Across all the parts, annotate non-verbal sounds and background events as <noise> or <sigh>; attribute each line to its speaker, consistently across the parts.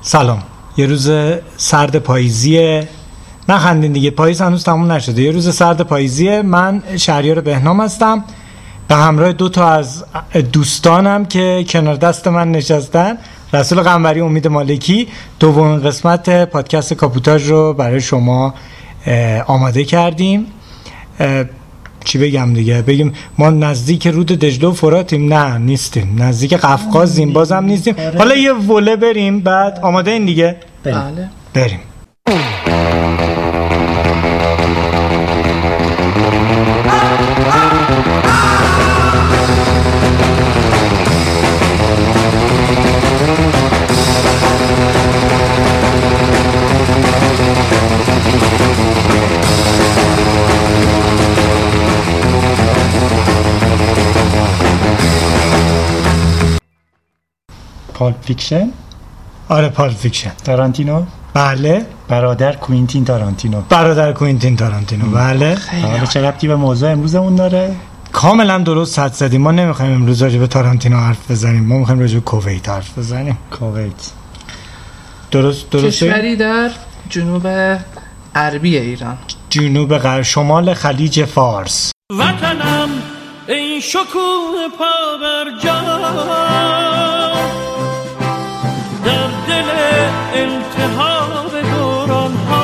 Speaker 1: سلام یه روز سرد پاییزیه نخندین دیگه پاییز هنوز تموم نشده یه روز سرد پاییزیه من شهریار بهنام هستم به همراه دو تا از دوستانم که کنار دست من نشستن رسول قنبری امید مالکی دومین قسمت پادکست کاپوتاژ رو برای شما آماده کردیم چی بگم دیگه بگیم ما نزدیک رود دجله و فراتیم نه نیستیم نزدیک قفقازیم بازم نیستیم حالا یه وله بریم بعد آماده این دیگه
Speaker 2: بله
Speaker 1: بریم
Speaker 3: پال فیکشن
Speaker 1: آره پال فیکشن
Speaker 3: تارانتینو
Speaker 1: بله
Speaker 3: برادر کوینتین تارانتینو
Speaker 1: برادر کوینتین تارانتینو بله
Speaker 3: حالا چه ربطی به موضوع امروزمون داره
Speaker 1: کاملا درست حد زدیم ما نمیخوایم امروز راجع به تارانتینو حرف بزنیم ما میخوایم راجع به کویت حرف بزنیم
Speaker 3: کویت
Speaker 1: درست درست
Speaker 2: کشوری در جنوب غربی ایران
Speaker 1: جنوب غرب شمال خلیج فارس
Speaker 4: وطنم این شکوه پا بر جا در دل التهاب دوران ها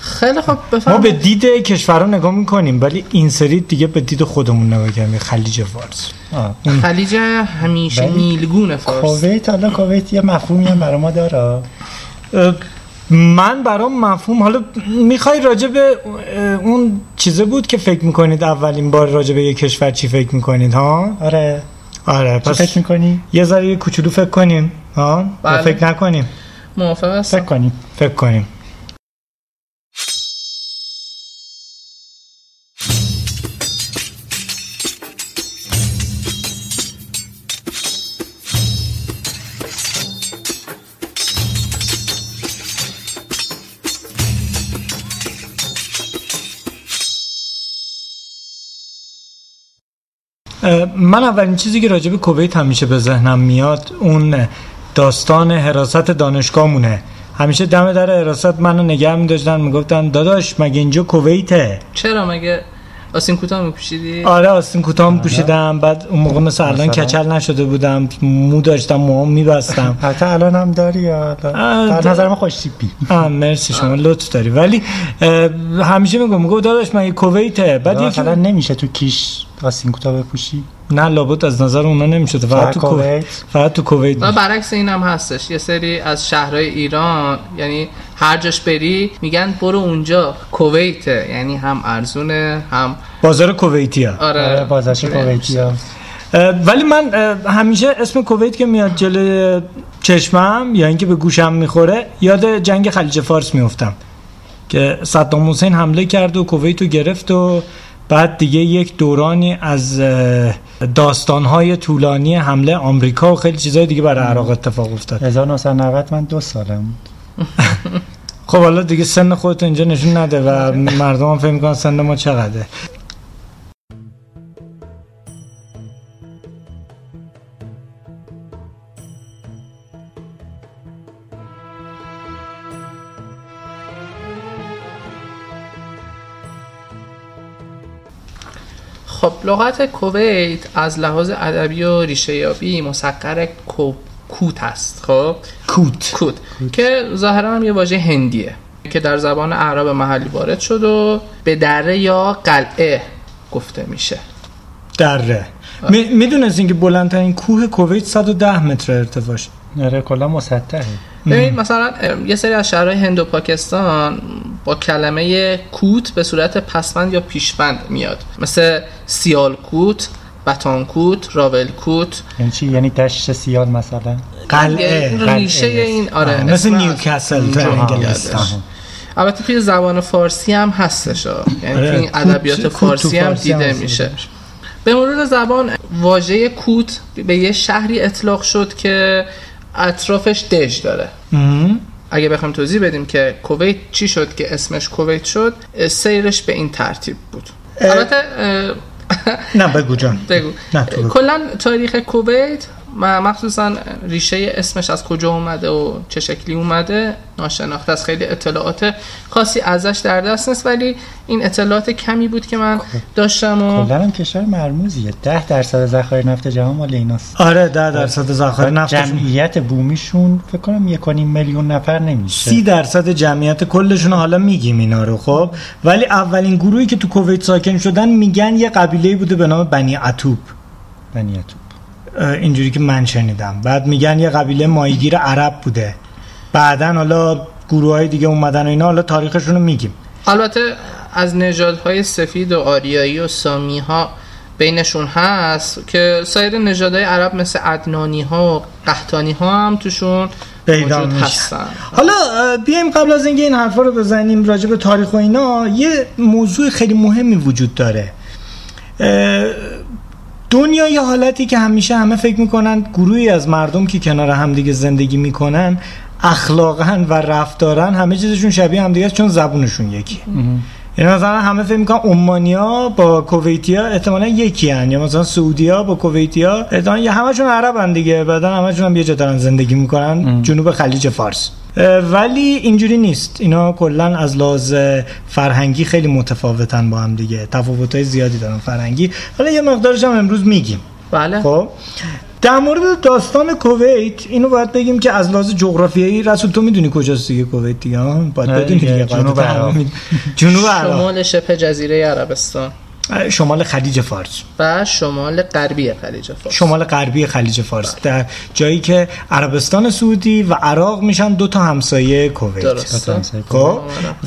Speaker 2: خیلی خب
Speaker 1: ما به
Speaker 2: بفرمایید
Speaker 1: دید کشورها نگاه میکنیم ولی این سری دیگه به دید خودمون نگاه کردیم خلیج فارس
Speaker 3: آه.
Speaker 2: خلیج همیشه
Speaker 3: ولی
Speaker 2: نیلگون فارس
Speaker 1: خب.
Speaker 3: کویت حالا کویت یه مفهومی هم برای ما داره
Speaker 1: اه، من برام مفهوم حالا میخوای راجع به اه، اون چیزه بود که فکر میکنید اولین بار راجع به یه کشور چی فکر میکنید ها
Speaker 3: آره
Speaker 1: آره
Speaker 3: چی
Speaker 1: پس
Speaker 3: فکر میکنی؟
Speaker 1: یه ذره یه کوچولو فکر کنیم ها یا
Speaker 2: بله.
Speaker 1: فکر نکنیم
Speaker 2: موافق
Speaker 3: فکر
Speaker 2: هستم
Speaker 3: کنی
Speaker 1: فکر کنیم اه، من اولین چیزی که راجع به کویت همیشه به ذهنم میاد اون داستان حراست دانشگاهمونه همیشه دم در حراست منو نگه می‌داشتن میگفتن داداش مگه اینجا کویته
Speaker 2: چرا مگه آسین کوتاه میپوشیدی
Speaker 1: آره آستین کوتاه پوشیدم بعد اون موقع مثل الان
Speaker 3: مثلا؟
Speaker 1: کچل نشده بودم مو داشتم موام میبستم
Speaker 3: حتی الان هم داری یا
Speaker 1: آه،
Speaker 3: حالا؟ در نظر من خوش تیپی
Speaker 1: آه مرسی شما لطف داری ولی اه، همیشه میگم میگم داداش مگه کویته بعد یکی
Speaker 3: مثلا نمیشه تو کیش آسین کوتاه بپوشی
Speaker 1: نه لابد از نظر اونا نمیشد فقط
Speaker 3: فقط
Speaker 1: تو کویت
Speaker 3: کویت.
Speaker 1: فقط تو کویت
Speaker 2: و برعکس این هم هستش یه سری از شهرهای ایران یعنی هر جاش بری میگن برو اونجا کویته یعنی هم ارزونه هم
Speaker 1: بازار کویتیه
Speaker 2: آره
Speaker 3: آره بازش کویتی ها
Speaker 1: اه، ولی من اه، همیشه اسم کویت که میاد جلوی چشمم یا اینکه به گوشم میخوره یاد جنگ خلیج فارس میفتم که صدام حسین حمله کرد و کویت رو گرفت و بعد دیگه یک دورانی از اه، داستانهای طولانی حمله آمریکا و خیلی چیزهای دیگه برای عراق اتفاق افتاد
Speaker 3: 1990 من دو سالم بود.
Speaker 1: خب حالا دیگه سن خودت اینجا نشون نده و مردم هم فکر میکنن سن ما چقدره
Speaker 2: خب لغت کویت از لحاظ ادبی و ریشه یابی مسقر کو... کوت است خب
Speaker 1: کوت
Speaker 2: کوت که ظاهرا هم یه واژه هندیه که در زبان اعراب محلی وارد شد و به دره یا قلعه گفته میشه
Speaker 1: دره میدونستین که بلندترین کوه کویت 110 متر ارتفاعش
Speaker 3: آره کلا مسطحه
Speaker 2: ببینید مثلا ام، یه سری از شهرهای هند و پاکستان با کلمه کوت به صورت پسبند یا پیشبند میاد مثل سیالکوت بتانکوت راولکوت
Speaker 3: یعنی چی؟ یعنی دشت سیال مثلا
Speaker 1: قلعه
Speaker 2: یه ریشه
Speaker 3: قلعه.
Speaker 2: این آره
Speaker 1: آه، مثل
Speaker 2: اسم از
Speaker 1: نیوکاسل
Speaker 2: اونجا
Speaker 1: تو
Speaker 2: میاد.
Speaker 1: انگلستان
Speaker 2: البته توی زبان فارسی هم هستش ها. یعنی
Speaker 1: آره،
Speaker 2: توی این
Speaker 1: کوت-
Speaker 2: ادبیات
Speaker 1: کوت تو
Speaker 2: فارسی هم
Speaker 3: فارسی هم
Speaker 2: دیده
Speaker 3: هست.
Speaker 2: میشه به مرور زبان واژه کوت به یه شهری اطلاق شد که اطرافش دژ داره
Speaker 1: مهم.
Speaker 2: اگه بخوایم توضیح بدیم که کویت چی شد که اسمش کویت شد سیرش به این ترتیب بود البته اه، <laughs>
Speaker 1: نه بگو جان
Speaker 2: بگو
Speaker 1: نه، تو بگو.
Speaker 2: کلا تاریخ کویت و مخصوصا ریشه اسمش از کجا اومده و چه شکلی اومده ناشناخته است خیلی اطلاعات خاصی ازش در دست نیست ولی این اطلاعات کمی بود که من
Speaker 1: خب.
Speaker 2: داشتم و
Speaker 3: کلا هم کشور مرموزیه 10 درصد ذخایر نفت جهان مال ایناست
Speaker 1: آره 10 درصد
Speaker 3: خب،
Speaker 1: ذخایر نفتشون
Speaker 3: جمعیت بومیشون فکر کنم 1.5 میلیون نفر نمیشه
Speaker 1: سی درصد جمعیت کلشون رو حالا میگیم اینا رو خب ولی اولین گروهی که تو کویت ساکن شدن میگن یه قبیله بوده به نام بنی عتوب
Speaker 3: بنیت
Speaker 1: اه، اینجوری که من شنیدم بعد میگن یه قبیله مایگیر عرب بوده بعدا حالا گروه های دیگه اومدن و اینا حالا تاریخشون رو میگیم
Speaker 2: البته از نژادهای سفید و آریایی و سامی ها بینشون هست که سایر نژادهای عرب مثل عدنانی ها و قحطانی ها هم توشون
Speaker 1: پیدا
Speaker 2: موجود
Speaker 1: میشه.
Speaker 2: هستن
Speaker 1: حالا اه، بیایم قبل از اینکه این حرفا رو بزنیم راجع به تاریخ و اینا یه موضوع خیلی مهمی وجود داره اه، دنیا یه حالتی که همیشه همه فکر میکنن گروهی از مردم که کنار همدیگه زندگی میکنن اخلاقا و رفتارن همه چیزشون شبیه همدیگه است چون زبونشون یکی یعنی مثلا همه فکر میکنن عمانیا با کویتیا احتمالا یکی هن. یا مثلا سعودیا با کویتیا احتمالا یا همشون عربن دیگه بعدا همشون هم یه جا دارن زندگی میکنن جنوب خلیج فارس اه، ولی اینجوری نیست اینا کلا از لحاظ فرهنگی خیلی متفاوتن با هم دیگه تفاوت‌های زیادی دارن فرهنگی حالا یه مقدارش هم امروز میگیم
Speaker 2: بله
Speaker 1: خب در مورد داستان کویت اینو باید بگیم که از لحاظ جغرافیایی رسول تو میدونی کجاست دیگه کویت دیگه ها؟ باید
Speaker 3: آره
Speaker 1: بدونی
Speaker 3: دیگه،
Speaker 1: دیگه قاعدتا
Speaker 3: جنوب عراق.
Speaker 1: همه می‌دونن. <laughs> جنوب عراق
Speaker 2: شمال شبه جزیره عربستان
Speaker 1: شمال خلیج فارس
Speaker 2: و شمال غربی خلیج فارس
Speaker 1: شمال غربی خلیج
Speaker 3: بله.
Speaker 1: فارس در جایی که عربستان سعودی و عراق میشن دو تا همسایه کویت
Speaker 2: درسته
Speaker 1: خب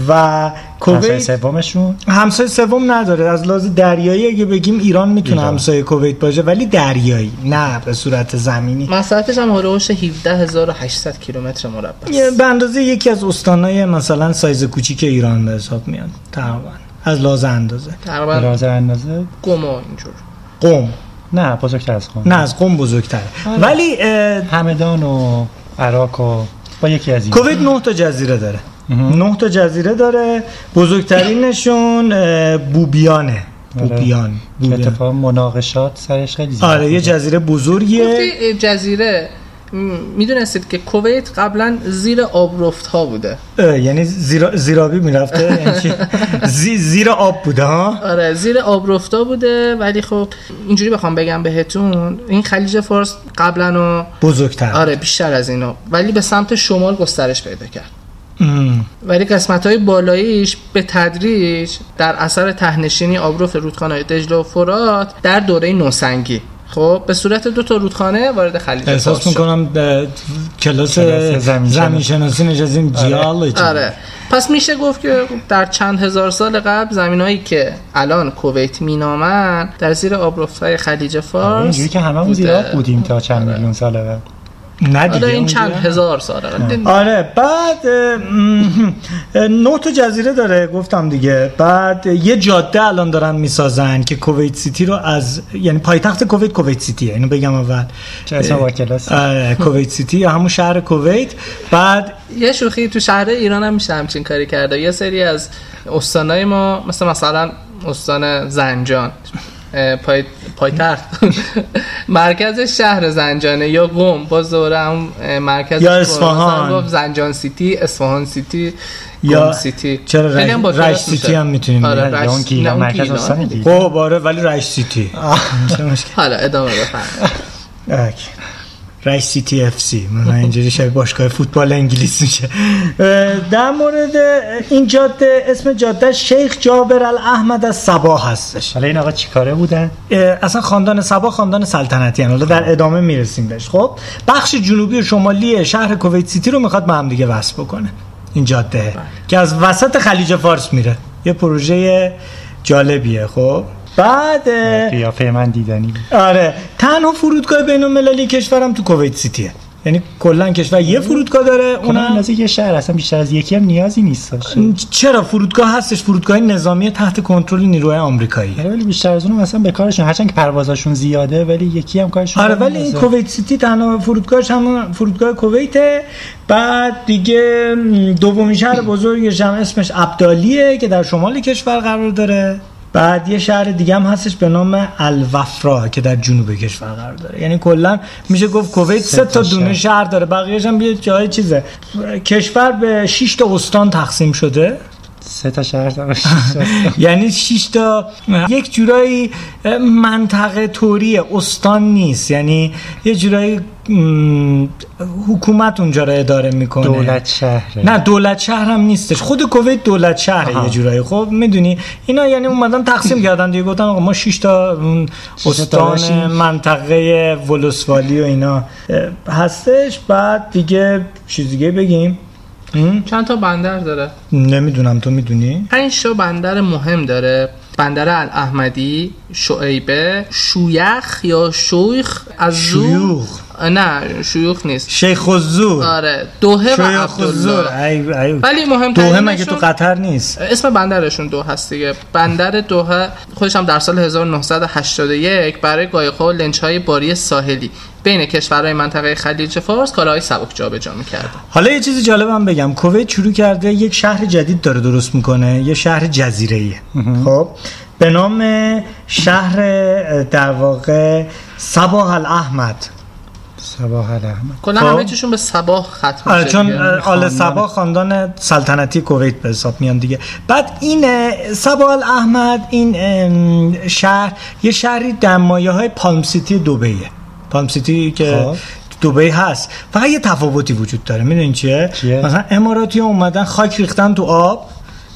Speaker 1: و
Speaker 3: همسایه
Speaker 1: کویت
Speaker 3: سومشون
Speaker 1: همسایه سوم نداره از لحاظ دریایی اگه بگیم ایران میتونه
Speaker 3: ایران.
Speaker 1: همسایه کویت باشه ولی دریایی نه به صورت زمینی
Speaker 2: مساحتش هم هلوش 17800 کیلومتر مربع است.
Speaker 1: یه- به اندازه یکی از استانهای مثلا سایز کوچیک ایران به حساب میاد تقریبا از لحاظ اندازه
Speaker 2: تقریبا
Speaker 3: لحاظ اندازه
Speaker 2: گما اینجور
Speaker 1: قم
Speaker 3: نه بزرگتر از خون
Speaker 1: نه از قم بزرگتره
Speaker 3: آره.
Speaker 1: ولی اه،
Speaker 3: همدان و عراق و با یکی از این
Speaker 1: کویت 9 تا جزیره داره
Speaker 3: مهم.
Speaker 1: 9 تا جزیره داره بزرگترینشون اه، بوبیانه
Speaker 3: آره.
Speaker 1: بوبیان
Speaker 3: که
Speaker 1: بوبیان.
Speaker 3: اتفاق مناقشات سرش خیلی زیاد
Speaker 1: آره یه
Speaker 3: بوده.
Speaker 1: جزیره بزرگیه
Speaker 2: گفتی جزیره م، میدونستید که کویت قبلا زیر آبرفت ها بوده
Speaker 1: اه، یعنی زیرا- زیرابی میرفته یعنی
Speaker 2: <laughs>
Speaker 1: چی؟ زی- زیر آب بوده ها
Speaker 2: آره زیر آبرفتا بوده ولی خب اینجوری بخوام بگم بهتون این خلیج فارس قبلا و
Speaker 1: بزرگتر
Speaker 2: آره بیشتر از اینا ولی به سمت شمال گسترش پیدا کرد
Speaker 1: ام.
Speaker 2: ولی قسمت های بالاییش به تدریج در اثر تهنشینی آبروف رودخانه دجله و فرات در دوره نوسنگی خب به صورت دو تا رودخانه وارد خلیج فارس
Speaker 1: احساس
Speaker 2: شد.
Speaker 1: میکنم ده- کلاس
Speaker 3: کلاس زمین
Speaker 1: زمین شناسی نشستیم جیالوجی
Speaker 2: آره پس میشه گفت که در چند هزار سال قبل زمینایی که الان کویت مینامن در زیر آبروفت‌های خلیج
Speaker 3: آره،
Speaker 2: فارس
Speaker 3: اینجوری که هممون
Speaker 2: بوده.
Speaker 3: زیاد بودیم تا چند میلیون سال اول
Speaker 1: نه دیگه
Speaker 2: حالا آره، این
Speaker 1: اونجا.
Speaker 2: چند هزار سال قبل.
Speaker 1: آره بعد اه، م، اه، نه تا جزیره داره گفتم دیگه بعد یه جاده الان دارن میسازن که کویت سیتی رو از یعنی پایتخت کویت کویت سیتیه اینو بگم اول
Speaker 3: چه اسم با کلاس
Speaker 1: آره، کویت سیتی یا همون شهر کویت بعد
Speaker 2: یه شوخی تو شهر ایران هم میشه همچین کاری کرده یه سری از استانای ما مثل مثلا استان زنجان اه، پای پایتخت <laughs> مرکز شهر زنجانه یا قم باز دوباره هم اه، مرکز
Speaker 1: یا
Speaker 2: قم.
Speaker 1: اصفهان.
Speaker 2: مثلا گفت زنجان سیتی اصفهان سیتی
Speaker 1: یا
Speaker 2: قم سیتی
Speaker 1: چرا
Speaker 2: خیلی
Speaker 1: رش-
Speaker 2: هم با
Speaker 1: رش
Speaker 2: کلاس
Speaker 1: سیتی
Speaker 2: میشه.
Speaker 1: هم میتونیم
Speaker 2: آره
Speaker 1: بگیم.
Speaker 2: رش-
Speaker 3: یا اون
Speaker 2: نه،
Speaker 3: گیلا
Speaker 2: اون
Speaker 3: یعنی مرکز
Speaker 2: گیلا.
Speaker 3: استان گیلا
Speaker 1: خب آره ولی رش سیتی چه مشکل
Speaker 2: حالا ادامه بفرمایید
Speaker 1: اوکی. رش سیتی اف سی من اینجوری شبیه باشگاه فوتبال انگلیس میشه اه، در مورد این جاده اسم جاده شیخ جابر الاحمد از سبا هستش
Speaker 3: حالا این آقا چیکاره بودن
Speaker 1: اه، اصلا خاندان سبا خاندان سلطنتی هم. حالا در ادامه میرسیم بهش خب بخش جنوبی و شمالی شهر کویت سیتی رو میخواد به هم دیگه وصل بکنه این جاده که از وسط خلیج فارس میره یه پروژه جالبیه خب بعد اه،
Speaker 3: قیافه من دیدنی
Speaker 1: آره تنها فرودگاه بین المللی کشورم تو کویت سیتیه یعنی کلا کشور یه فرودگاه داره
Speaker 3: اونا
Speaker 1: اونم
Speaker 3: اندازه یه شهر اصلا بیشتر از یکی هم نیازی نیست داشته
Speaker 1: چرا فرودگاه هستش فرودگاه نظامی تحت کنترل نیروهای آمریکایی
Speaker 3: آره، ولی بیشتر از اونم اصلا به کارشون هرچند که پروازاشون زیاده ولی یکی هم کارشون
Speaker 1: آره
Speaker 3: رو
Speaker 1: ولی این
Speaker 3: نداره.
Speaker 1: کویت سیتی تنها فرودگاهش همون فرودگاه کویته بعد دیگه دومین شهر بزرگش هم اسمش ابدالیه که در شمال کشور قرار داره بعد یه شهر دیگه هم هستش به نام الوفرا که در جنوب کشور قرار داره یعنی کلا میشه گفت کویت سه تا دونه شهر داره بقیه‌اش هم یه جای چیزه کشور به 6 تا استان تقسیم شده
Speaker 3: سه تا شهر دارم <laughs>
Speaker 1: <laughs> یعنی 6 تا یک جورایی منطقه توری استان نیست یعنی یه جورایی م، حکومت اونجا رو اداره میکنه
Speaker 3: دولت شهره
Speaker 1: نه دولت شهر هم نیستش خود کویت دولت شهر
Speaker 3: آها.
Speaker 1: یه جورایی خب میدونی اینا یعنی اومدن تقسیم کردن دیگه گفتن آقا ما 6 تا اون
Speaker 3: تا
Speaker 1: استان
Speaker 3: داشتیم.
Speaker 1: منطقه ولسوالی و اینا اه، هستش بعد دیگه چیز دیگه بگیم
Speaker 2: چند تا بندر داره
Speaker 1: نمیدونم تو میدونی
Speaker 2: پنج تا بندر مهم داره بندر الاحمدی شعیبه شویخ یا شویخ از زو-
Speaker 1: شیوخ.
Speaker 2: نه شیوخ نیست
Speaker 1: شیخ الزور
Speaker 2: آره دوهه و
Speaker 1: شیخ الزور
Speaker 2: عبدالله
Speaker 1: ای ای
Speaker 2: ولی مهم
Speaker 1: دوحه مگه تو قطر نیست
Speaker 2: اسم بندرشون دو هست دیگه بندر دوحه خودش هم در سال 1981 برای قایق‌ها و لنچ‌های باری ساحلی بین کشورهای منطقه خلیج فارس کالاهای سبک جابجا می‌کرد.
Speaker 1: حالا یه چیز جالبم بگم کویت شروع کرده یک شهر جدید داره درست میکنه یه شهر جزیره خب به نام شهر در واقع صباح الاحمد
Speaker 3: صباح الرحمن
Speaker 2: کلا
Speaker 1: خب.
Speaker 2: همه چیشون به صباح ختم
Speaker 1: آره،
Speaker 2: میشه
Speaker 1: چون
Speaker 2: دیگه.
Speaker 1: آه، آل سبا خاندان سلطنتی کویت به حساب میان دیگه بعد این اه، سبا احمد این ام، شهر یه شهری در مایه های پالم سیتی دبیه پالم سیتی که
Speaker 3: خب.
Speaker 1: دبی هست فقط یه تفاوتی وجود داره میدونین چیه؟,
Speaker 3: چیه؟
Speaker 1: مثلا اماراتی ها اومدن خاک ریختن تو آب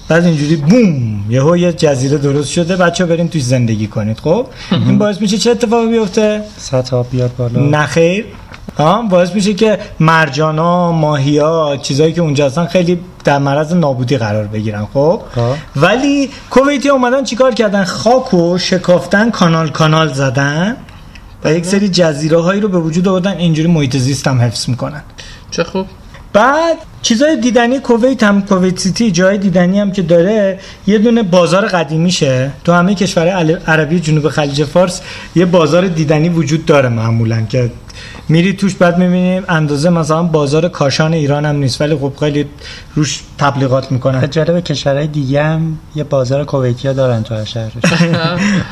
Speaker 1: بعد اینجوری بوم یهو یه جزیره درست شده بچه برین توش زندگی کنید
Speaker 3: <laughs>
Speaker 1: خب این باعث میشه چه اتفاقی بیفته
Speaker 3: سطح آب بیاد بالا
Speaker 1: نخیر آه، باعث میشه که مرجانا ماهیا چیزایی که اونجا هستن خیلی در معرض نابودی قرار بگیرن خب
Speaker 3: آه.
Speaker 1: ولی کویتی اومدن چیکار کردن خاکو شکافتن کانال کانال زدن و یک سری جزیره هایی رو به وجود آوردن اینجوری محیط زیست هم حفظ میکنن
Speaker 2: چه خوب
Speaker 1: بعد چیزای دیدنی کویت هم کویت سیتی جای دیدنی هم که داره یه دونه بازار قدیمیشه تو همه کشور عربی جنوب خلیج فارس یه بازار دیدنی وجود داره معمولا که میری توش بعد میبینیم اندازه مثلا بازار کاشان ایران هم نیست ولی خب خیلی روش تبلیغات میکنن
Speaker 3: جالب کشورهای دیگه هم یه بازار کویتی ها دارن تو هر شهرش
Speaker 1: <laughs>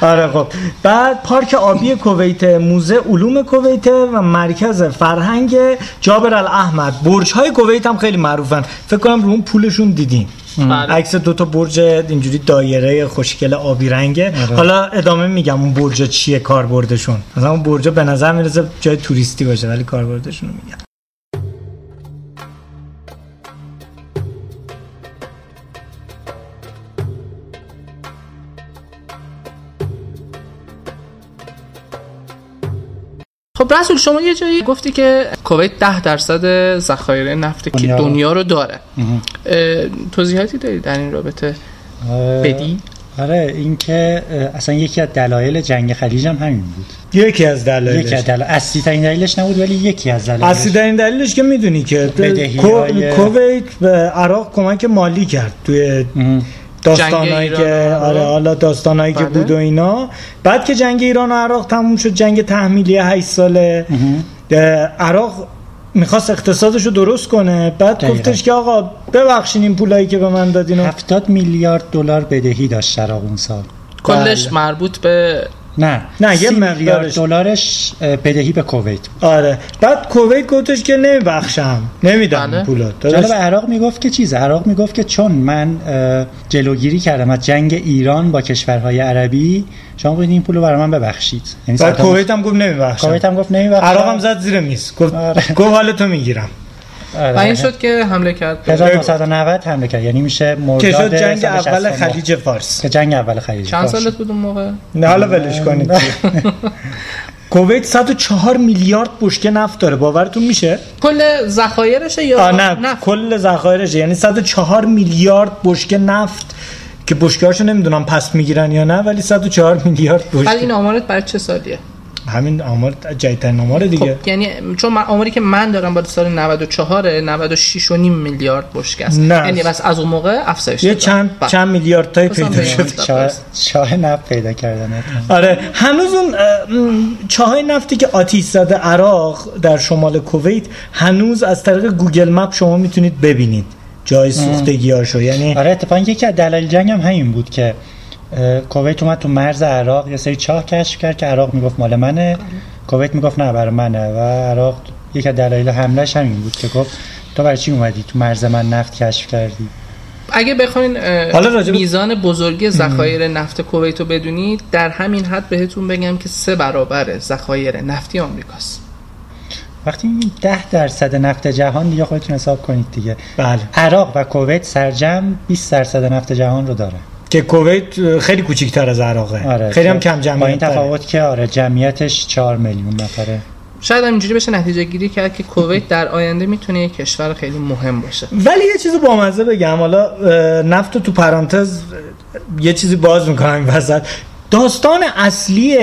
Speaker 1: آره خب بعد پارک آبی کویت موزه علوم کویت و مرکز فرهنگ جابر الاحمد برج های کویت هم خیلی معروفن فکر کنم رو اون پولشون دیدین
Speaker 2: بله.
Speaker 1: عکس دو تا برج اینجوری دایره خوشگل آبی رنگه
Speaker 3: آره.
Speaker 1: حالا ادامه میگم اون برج چیه کاربردشون مثلا اون برج به نظر میرسه جای توریستی باشه ولی کاربردشون رو میگم
Speaker 2: خب رسول شما یه جایی گفتی که کویت 10 درصد ذخایر نفت که
Speaker 3: دنیا رو.
Speaker 2: دنیا رو داره اه، توضیحاتی داری در این رابطه بدی
Speaker 3: آره این که اه، اصلا یکی از دلایل جنگ خلیج هم همین بود
Speaker 1: یکی از دلایلش
Speaker 3: یکی از دلایل اصلی ترین دلیلش نبود ولی یکی از دلایلش
Speaker 1: اصلی در این دلیلش که میدونی که
Speaker 3: بدهی‌های-
Speaker 1: کو- کویت به عراق کمک مالی کرد توی
Speaker 3: مهم.
Speaker 1: داستانایی
Speaker 2: جنگ ایران
Speaker 1: که
Speaker 2: و عراق.
Speaker 1: آره حالا داستانایی که
Speaker 2: بله.
Speaker 1: بود و اینا بعد که جنگ ایران و عراق تموم شد جنگ تحمیلی 8 ساله اه، عراق میخواست اقتصادش رو درست کنه بعد
Speaker 3: دقیقاً.
Speaker 1: گفتش که آقا ببخشین این پولایی که به من دادین و-
Speaker 3: 70 میلیارد دلار بدهی داشت عراق اون سال
Speaker 1: بله.
Speaker 2: کلش مربوط به
Speaker 3: نه
Speaker 1: نه، یه
Speaker 3: 30 میلیارد
Speaker 1: مقدارش.
Speaker 3: دلارش اه، بدهی به کویت بود
Speaker 1: آره بعد کویت گفتش که نمیبخشم نمیدم
Speaker 2: بله.
Speaker 1: این پولا داداش،
Speaker 3: جالب عراق میگفت که چیزه عراق میگفت که چون من اه، جلوگیری کردم از جنگ ایران با کشورهای عربی شما باید این پول رو برای من ببخشید یعنی
Speaker 1: بعد
Speaker 3: صدام-
Speaker 1: کویت هم گفت نمیبخشم
Speaker 3: کویت هم گفت نمیبخشم
Speaker 1: عراق هم زد زیر میز گفت
Speaker 3: آره.
Speaker 1: گفت حالا تو میگیرم
Speaker 3: آره.
Speaker 2: و
Speaker 1: بله.
Speaker 2: این شد که حمله کرد به
Speaker 3: 1990 حمله کرد یعنی میشه مرداد
Speaker 1: که شد جنگ
Speaker 3: سال
Speaker 1: اول
Speaker 3: 69.
Speaker 1: خلیج فارس
Speaker 3: که جنگ اول خلیج
Speaker 2: چند
Speaker 3: باشه.
Speaker 2: سالت بود اون موقع
Speaker 1: نه حالا ولش کنید <laughs> کویت 104 میلیارد بشکه نفت داره باورتون میشه؟
Speaker 2: کل ذخایرشه یا
Speaker 1: آه نه کل ذخایرش یعنی 104 میلیارد بشکه نفت که بشکه‌هاشو نمیدونم پس میگیرن یا نه ولی 104 میلیارد
Speaker 2: بعد
Speaker 1: بشکه
Speaker 2: این آمارت برای چه سالیه
Speaker 1: همین آمار جدیدترین آمار دیگه
Speaker 2: خب یعنی چون من آماری که من دارم برای سال 94 96 و نیم میلیارد بشکه است
Speaker 1: نه.
Speaker 2: یعنی بس از اون موقع افزایش
Speaker 1: یه
Speaker 2: داده.
Speaker 1: چند
Speaker 2: بله.
Speaker 1: چند میلیارد تای
Speaker 2: بازم
Speaker 1: پیدا
Speaker 2: به
Speaker 1: شد
Speaker 2: این
Speaker 3: شاه شاه نفت پیدا کردن
Speaker 1: آره هنوز اون اه، م، چاهای نفتی که آتیش زده عراق در شمال کویت هنوز از طریق گوگل مپ شما میتونید ببینید جای سوختگیاشو یعنی
Speaker 2: بله.
Speaker 3: آره اتفاقا یکی از دلایل جنگ هم همین بود که کویت اومد تو مرز عراق یه سری چاه کشف کرد که عراق میگفت مال منه کویت میگفت نه برای منه و عراق یکی از دلایل حملهش همین بود که گفت تو برای چی اومدی تو مرز من نفت کشف کردی
Speaker 2: اگه بخواین اه،
Speaker 1: حالا راجع به-
Speaker 2: میزان بزرگی ذخایر نفت کویت رو بدونید در همین حد بهتون بگم که سه برابر ذخایر نفتی آمریکاست
Speaker 3: وقتی میگیم 10 درصد نفت جهان دیگه خودتون حساب کنید دیگه
Speaker 1: بله
Speaker 3: عراق و کویت سرجم 20 درصد نفت جهان رو داره
Speaker 1: که کویت اه، خیلی کوچیک‌تر از عراقه خیلی هم کم
Speaker 3: آره، با این
Speaker 1: جمعیت داره
Speaker 3: تفاوت که آره جمعیتش 4 میلیون نفره
Speaker 2: شاید هم اینجوری بشه نتیجه گیری کرد که کویت در آینده میتونه یک کشور خیلی مهم باشه
Speaker 1: ولی یه چیز بامزه بگم حالا اه، نفت رو تو پرانتز اه، یه چیزی باز میکنم این وسط داستان اصلی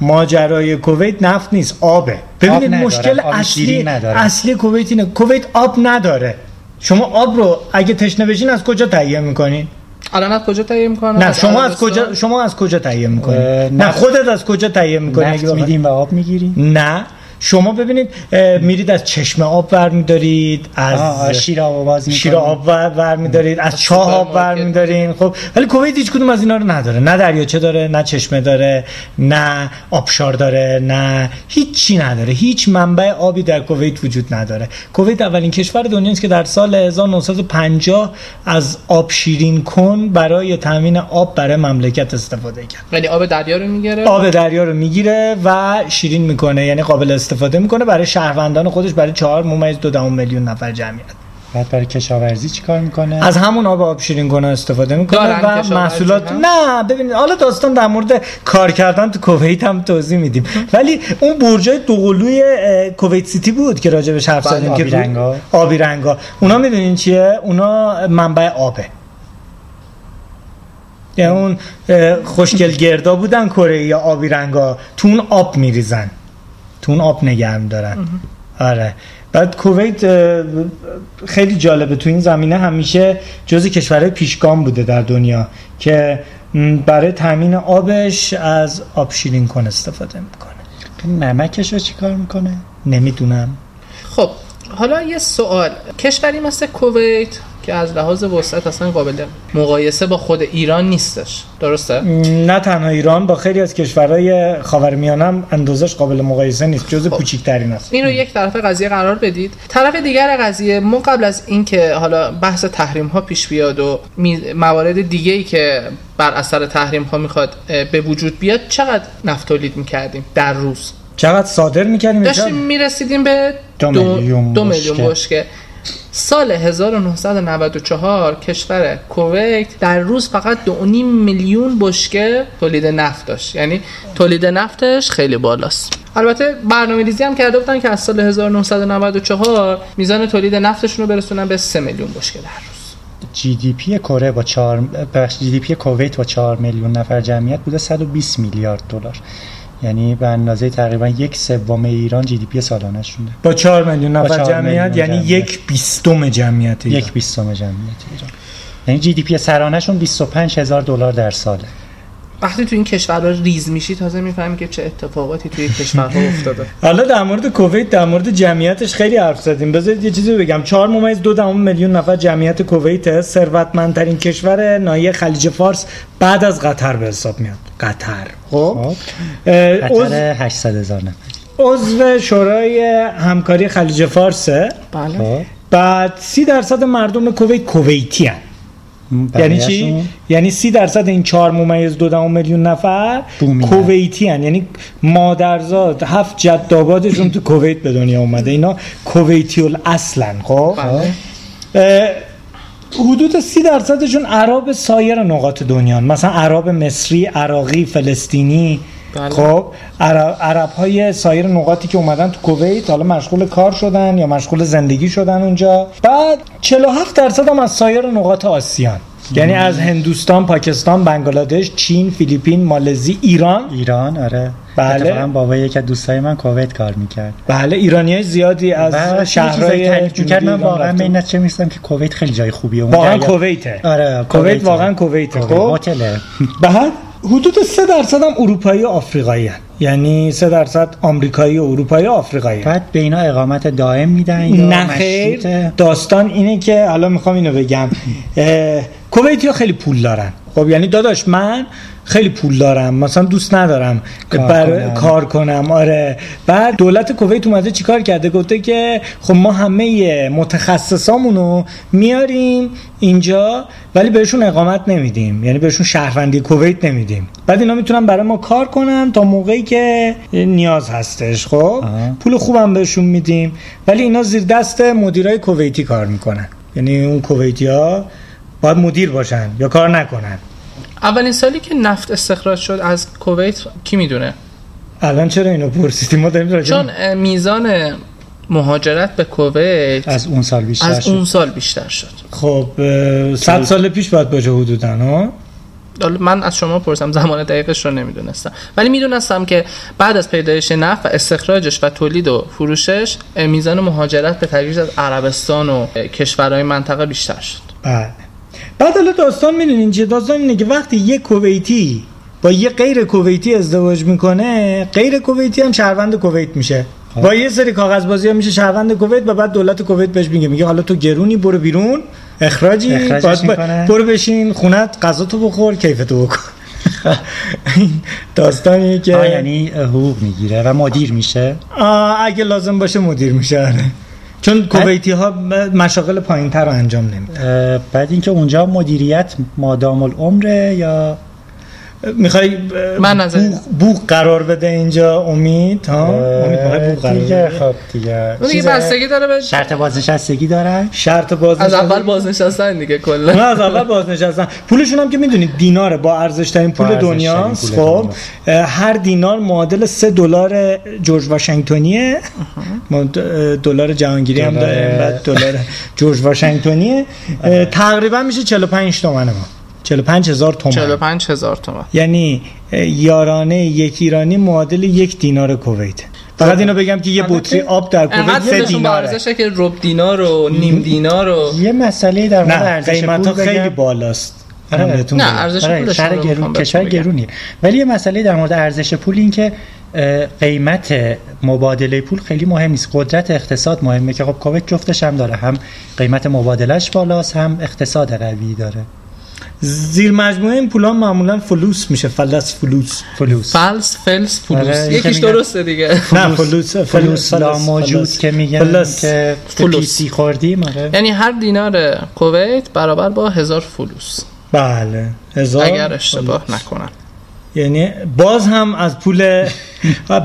Speaker 1: ماجرای کویت نفت نیست آبه
Speaker 3: آب
Speaker 1: ببینید
Speaker 3: ندارن،
Speaker 1: مشکل
Speaker 3: آب شیرین
Speaker 1: اصلی
Speaker 3: ندارن.
Speaker 1: اصلی کویت اینه کویت آب نداره شما آب رو اگه تشنه بشین از کجا تهیه میکنین
Speaker 2: الان از کجا تهیه میکنن
Speaker 1: نه شما از
Speaker 2: عربستان؟
Speaker 1: کجا شما از کجا تهیه میکنی
Speaker 3: اه،
Speaker 1: نه
Speaker 3: نفت.
Speaker 1: خودت از کجا تهیه میکنی
Speaker 3: نفت میدیم و آب میگیریم
Speaker 1: نه شما ببینید اه، میرید از چشم آب برمیدارید از
Speaker 3: شیر آب باز میکنیم
Speaker 1: شیر آب ور- برمیدارید از چاه آب
Speaker 2: سوپرمارکت.
Speaker 1: برمیدارین خب ولی کویت هیچ کدوم از اینا رو نداره نه دریاچه داره نه چشمه داره نه آبشار داره نه هیچی نداره هیچ منبع آبی در کویت وجود نداره کویت اولین کشور دنیاست که در سال 1950 از آب شیرین کن برای تامین آب برای مملکت استفاده کرد
Speaker 2: یعنی آب دریا رو میگیره
Speaker 1: آب دریا رو میگیره و شیرین میکنه یعنی قابل استفاده میکنه برای شهروندان خودش برای 4 ممیز دو دهم میلیون نفر جمعیت
Speaker 3: بعد برای کشاورزی چیکار میکنه
Speaker 1: از همون آب آب شیرین گونه استفاده میکنه
Speaker 2: دارن
Speaker 1: و
Speaker 2: کشاورزی
Speaker 1: محصولات
Speaker 2: هم؟
Speaker 1: نه ببینید حالا داستان در مورد کار کردن تو کویت هم توضیح میدیم ولی اون برجای دوقلوی اه، کویت سیتی بود که راجبش حرف
Speaker 3: بله،
Speaker 1: زدیم که
Speaker 3: آبی
Speaker 1: بود.
Speaker 3: رنگا.
Speaker 1: آبی رنگا اونا میدونین چیه اونا منبع آبه یعنی اون اه، خوشگل گردا بودن کره یا آبی رنگا تو اون آب میریزن تو اون آب نگرم دارن آره بعد کویت اه، خیلی جالبه تو این زمینه همیشه جز کشورهای پیشگام بوده در دنیا که م، برای تامین آبش از آب شیرین کن استفاده میکنه
Speaker 3: نمکش رو چیکار میکنه
Speaker 1: نمیدونم
Speaker 2: خب حالا یه سوال کشوری مثل کویت که از لحاظ وسعت اصلا قابل مقایسه با خود ایران نیستش درسته
Speaker 1: نه تنها ایران با خیلی از کشورهای خاورمیانه هم اندازش قابل مقایسه نیست جز
Speaker 2: خب.
Speaker 1: کوچیک‌ترین است
Speaker 2: این رو یک طرف قضیه قرار بدید طرف دیگر قضیه ما قبل از اینکه حالا بحث تحریم ها پیش بیاد و می- موارد دیگه ای که بر اثر تحریم ها میخواد اه، به وجود بیاد چقدر نفت تولید میکردیم در روز
Speaker 1: چقدر صادر میکردیم
Speaker 2: داشتیم میرسیدیم به
Speaker 3: دو میلیون
Speaker 2: دو میلیون
Speaker 3: بشکه.
Speaker 2: بشکه سال 1994 کشور کویت در روز فقط 2.5 میلیون بشکه تولید نفت داشت یعنی تولید نفتش خیلی بالاست البته برنامه ریزی هم کرده بودن که از سال 1994 میزان تولید نفتشون رو برسونن به 3 میلیون بشکه در روز
Speaker 3: جی دی پی کره با 4 بخش جی دی پی کویت با 4 میلیون نفر جمعیت بوده 120 میلیارد دلار یعنی به اندازه تقریبا یک سوم ایران جی دی پی سالانه شونه
Speaker 1: با 4 میلیون
Speaker 3: با
Speaker 1: نفر
Speaker 3: چهار
Speaker 1: جمعیت
Speaker 3: میلیون
Speaker 1: یعنی
Speaker 3: جمعیت.
Speaker 1: یک بیستم جمعیت ایران.
Speaker 3: یک بیستم جمعیت ایران یعنی جی دی پی سرانه شون 25 هزار دلار در ساله
Speaker 2: وقتی تو این کشورها ریز میشی تازه میفهمی که چه اتفاقاتی توی کشورها افتاده
Speaker 1: حالا در مورد کویت در مورد جمعیتش خیلی حرف زدیم بذارید یه چیزی بگم 4 ممیز دو دهم میلیون نفر جمعیت کویت ثروتمندترین کشور ناحیه خلیج فارس بعد از قطر به حساب میاد قطر خب
Speaker 3: خب
Speaker 1: اه، عضو-
Speaker 3: قطر 800 هزار نفر
Speaker 1: عضو شورای همکاری خلیج فارسه
Speaker 2: بله
Speaker 3: خب
Speaker 1: بعد سی درصد مردم کویت کویتی هن. یعنی چی؟
Speaker 3: بقیه‌شون
Speaker 1: یعنی سی درصد این چهار ممیز دو دهم میلیون نفر
Speaker 3: بومی هن.
Speaker 1: کویتی هن. یعنی مادرزاد هفت جد آبادشون تو کویت به دنیا اومده اینا کویتی الاصلن خب
Speaker 2: بله.
Speaker 1: اه، حدود سی درصدشون عرب سایر نقاط دنیا مثلا عرب مصری عراقی فلسطینی
Speaker 2: بله.
Speaker 1: خب عرب های سایر نقاطی که اومدن تو کویت حالا مشغول کار شدن یا مشغول زندگی شدن اونجا بعد 47 درصد هم از سایر نقاط آسیان یعنی از هندوستان، پاکستان، بنگلادش، چین، فیلیپین، مالزی، ایران
Speaker 3: ایران آره
Speaker 1: بله.
Speaker 3: اتفاقا بابا یکی از دوستای من کویت کار میکرد
Speaker 1: بله ایرانی های زیادی
Speaker 3: و
Speaker 1: از
Speaker 3: بله، چیزایی
Speaker 1: شهرهای
Speaker 3: تعریف
Speaker 1: جنوبی
Speaker 3: میکرد من
Speaker 1: ایران
Speaker 3: واقعا
Speaker 1: رفتن.
Speaker 3: به این نتیجه میرسیدم که کویت خیلی جای خوبیه اون
Speaker 1: واقعا
Speaker 3: دریا-
Speaker 1: کویته
Speaker 3: آره
Speaker 1: کویت واقعا کویته خب
Speaker 3: هتله
Speaker 1: بعد حدود 3 درصد هم اروپایی و آفریقایی هن. یعنی 3 درصد آمریکایی و اروپایی و آفریقایی هن.
Speaker 3: بعد به اینا اقامت دائم میدن یا
Speaker 1: نه خیر
Speaker 3: مشروطه؟
Speaker 1: داستان اینه که حالا میخوام اینو بگم اه، کویتی ها خیلی پول دارن خب یعنی داداش من خیلی پول دارم مثلا دوست ندارم
Speaker 3: کار
Speaker 1: بر...
Speaker 3: کنم.
Speaker 1: کار کنم آره بعد دولت کویت اومده چیکار کرده گفته که خب ما همه متخصصامونو میاریم اینجا ولی بهشون اقامت نمیدیم یعنی بهشون شهروندی کویت نمیدیم بعد اینا میتونن برای ما کار کنن تا موقعی که نیاز هستش خب
Speaker 3: آها.
Speaker 1: پول خوبم بهشون میدیم ولی اینا زیر دست مدیرای کویتی کار میکنن یعنی اون کویتی ها باید مدیر باشن یا کار نکنن
Speaker 2: اولین سالی که نفت استخراج شد از کویت کی میدونه
Speaker 1: الان چرا اینو پرسیدی ما داریم راجع
Speaker 2: چون اه، میزان مهاجرت به کویت از,
Speaker 3: از اون سال بیشتر شد.
Speaker 2: اون سال بیشتر شد
Speaker 1: خب اه، 100 سال پیش باید باشه حدودن ها
Speaker 2: حالا من از شما پرسم زمان دقیقش رو نمیدونستم ولی میدونستم که بعد از پیدایش نفت و استخراجش و تولید و فروشش اه، میزان مهاجرت به تدریج از عربستان و اه، کشورهای منطقه بیشتر شد
Speaker 1: بله بعد حالا داستان میدونین چه داستان اینه که وقتی یه کویتی با یه غیر کویتی ازدواج میکنه غیر کویتی هم شهروند کویت میشه
Speaker 3: خب.
Speaker 1: با یه سری کاغذبازی هم میشه شهروند کویت و بعد دولت کویت بهش میگه میگه حالا تو گرونی برو بیرون اخراجی
Speaker 3: اخراجش
Speaker 1: باید ب-
Speaker 3: میکنه.
Speaker 1: برو بشین خونت غذا تو بخور کیفتو
Speaker 3: <laughs>
Speaker 1: بکن این داستانیه که
Speaker 3: آه، یعنی حقوق میگیره و مدیر میشه
Speaker 1: آه، اگه لازم باشه مدیر میشه آره. چون کویتی ها مشاغل پایین تر رو انجام نمیدن
Speaker 3: اه، بعد اینکه اونجا مدیریت مادام العمره یا
Speaker 1: میخوای
Speaker 2: من از-
Speaker 1: بوق قرار بده اینجا امید ها امید میخوای بوق قرار
Speaker 3: دیگه
Speaker 1: بده
Speaker 3: خب دیگه
Speaker 2: اون دیگه
Speaker 3: چیزه؟
Speaker 2: بستگی داره به
Speaker 3: شرط بازنشستگی دارن
Speaker 1: شرط باز
Speaker 2: از اول بازنشستن دیگه
Speaker 1: نه
Speaker 2: کلا
Speaker 1: از اول بازنشستن پولشون هم که میدونید دیناره با ارزش ترین پول
Speaker 3: با ارزش‌ترین
Speaker 1: دنیا
Speaker 3: پول
Speaker 1: خب
Speaker 3: دنیا.
Speaker 1: اه، هر دینار معادل 3 دلار جورج واشنگتنیه ما د- اه، دلار جهانگیری هم
Speaker 3: دلار-
Speaker 1: داریم بعد دلار جورج واشنگتنیه اه، تقریبا میشه 45 تومن ما 45 هزار تومن
Speaker 2: 45 هزار تومن
Speaker 1: یعنی اه، یارانه یک ایرانی معادل یک دینار کویت فقط اینو بگم که یه بطری آب در کویت
Speaker 2: انقدر
Speaker 1: سه
Speaker 2: پولشون با
Speaker 1: دیناره
Speaker 2: ارزشه که رب دینار و نیم دینار و
Speaker 3: یه مسئله در مورد
Speaker 1: نه
Speaker 3: ارزش
Speaker 1: قیمت
Speaker 3: پول
Speaker 1: ها خیلی
Speaker 3: بگم.
Speaker 1: بالاست
Speaker 3: آره.
Speaker 1: من بهتون
Speaker 2: نه،
Speaker 1: بگم.
Speaker 2: ارزش
Speaker 3: آره،
Speaker 2: پولش
Speaker 3: شهر
Speaker 2: رو می‌خوام
Speaker 3: گرون
Speaker 2: بهتون
Speaker 3: کشور
Speaker 2: بگم.
Speaker 3: گرونیه ولی یه مسئله در مورد ارزش پول این که اه، قیمت مبادله پول خیلی مهم نیست قدرت اقتصاد مهمه که خب کویت جفتش هم داره هم قیمت مبادلش بالاست هم اقتصاد قوی داره
Speaker 1: زیر مجموعه این پول ها معمولا فلوس میشه فلس فلوس
Speaker 3: فلوس
Speaker 2: فلس فلس فلوس
Speaker 3: آره، این که
Speaker 2: یکیش
Speaker 3: میگن-
Speaker 2: درسته دیگه
Speaker 1: نه فلوس
Speaker 3: فلوس لا موجود
Speaker 1: فلس.
Speaker 3: که میگن
Speaker 1: فلس.
Speaker 3: که
Speaker 2: فلوس.
Speaker 3: فلوس سی خوردیم آره
Speaker 2: یعنی هر دینار کویت برابر با هزار فلوس
Speaker 1: بله هزار
Speaker 2: اگر اشتباه
Speaker 1: فلوس.
Speaker 2: نکنم
Speaker 1: یعنی باز هم از پول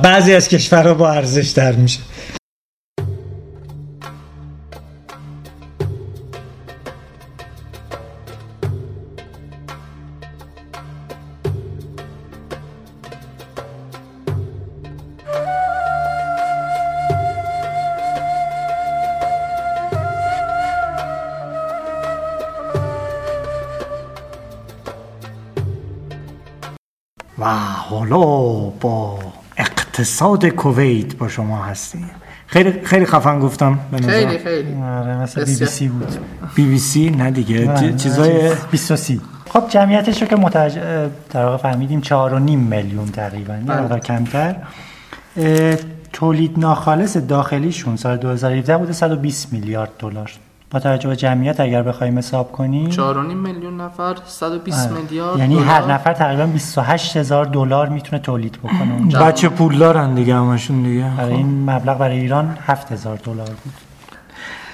Speaker 1: بعضی از کشورها با ارزش در میشه و حالا با اقتصاد کویت با شما هستیم خیلی خیلی خفن گفتم به نظرم.
Speaker 2: خیلی خیلی
Speaker 3: آره مثلا بی بی
Speaker 2: بسیار.
Speaker 3: سی بود
Speaker 1: بی بی سی نه دیگه چی- چیزای
Speaker 3: 20 و 30 خب جمعیتش رو که متوج... اه، در واقع فهمیدیم 4.5 میلیون تقریبا یه مقدار کمتر اه، تولید ناخالص داخلیشون سال 2017 بوده 120 میلیارد دلار با توجه به جمعیت اگر بخوایم حساب کنیم
Speaker 2: 4.5 میلیون نفر 120 میلیارد
Speaker 3: یعنی
Speaker 2: دلار.
Speaker 3: هر نفر تقریبا 28 هزار دلار میتونه تولید بکنه اونجا
Speaker 1: بچه پول دارن دیگه همشون دیگه خب.
Speaker 3: برای آره، این مبلغ برای ایران 7000 دلار بود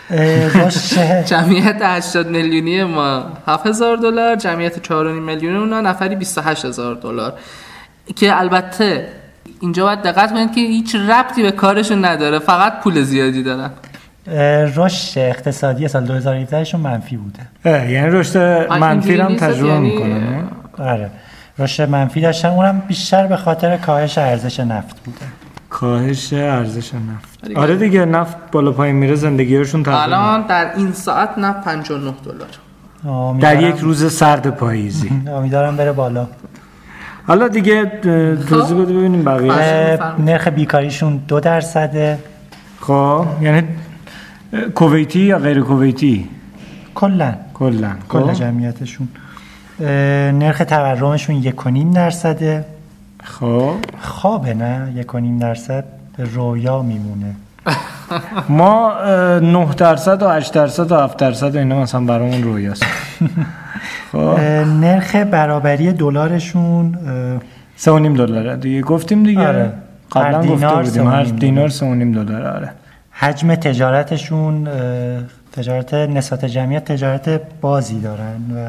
Speaker 3: اه، باشه
Speaker 2: جمعیت 80 میلیونی ما 7000 دلار جمعیت 4.5 میلیون اونا نفری 28000 دلار که البته اینجا باید دقت کنید که هیچ ربطی به کارشون نداره فقط پول زیادی دارن
Speaker 3: اه، رشد اقتصادی سال 2017 شون منفی بوده
Speaker 1: اه، یعنی رشد منفی
Speaker 2: اینجوری
Speaker 1: رو هم
Speaker 2: نیست،
Speaker 1: تجربه
Speaker 2: یعنی-
Speaker 1: میکنه
Speaker 3: آره رشد منفی داشتن اونم بیشتر به خاطر کاهش ارزش نفت بوده
Speaker 1: کاهش ارزش نفت آره دیگه نفت بالا پایین میره زندگیشون تغییر
Speaker 2: الان در این ساعت نه 59 دلار
Speaker 3: امیدوارم-
Speaker 1: در یک روز سرد پاییزی
Speaker 3: امیدوارم بره بالا
Speaker 1: حالا دیگه اه،
Speaker 2: خب،
Speaker 1: توضیح بده خب، ببینیم بقیه
Speaker 2: بله.
Speaker 3: اه،
Speaker 2: بفرمایید.
Speaker 3: نرخ بیکاریشون دو درصده
Speaker 1: خب یعنی اه، کویتی یا غیر کویتی
Speaker 3: کلا
Speaker 1: کلا
Speaker 3: کل
Speaker 1: خب.
Speaker 3: جمعیتشون اه، نرخ تورمشون یک و نیم درصده
Speaker 1: خب
Speaker 3: خوابه نه یک و نیم درصد به رویا میمونه
Speaker 1: ما اه، 9 درصد و 8 درصد و 7 درصد و اینا مثلا برامون رویاست خب
Speaker 3: نرخ برابری دلارشون اه،
Speaker 1: سه و نیم دلاره دیگه گفتیم دیگه
Speaker 3: آره.
Speaker 1: قبلا
Speaker 3: هر
Speaker 1: گفته
Speaker 3: دینار سه
Speaker 1: بودیم
Speaker 3: و
Speaker 1: هر
Speaker 3: نیم
Speaker 1: دینار
Speaker 3: دلار.
Speaker 1: سه و نیم دلار آره
Speaker 3: حجم تجارتشون اه، تجارت نسبت جمعیت تجارت بازی دارن و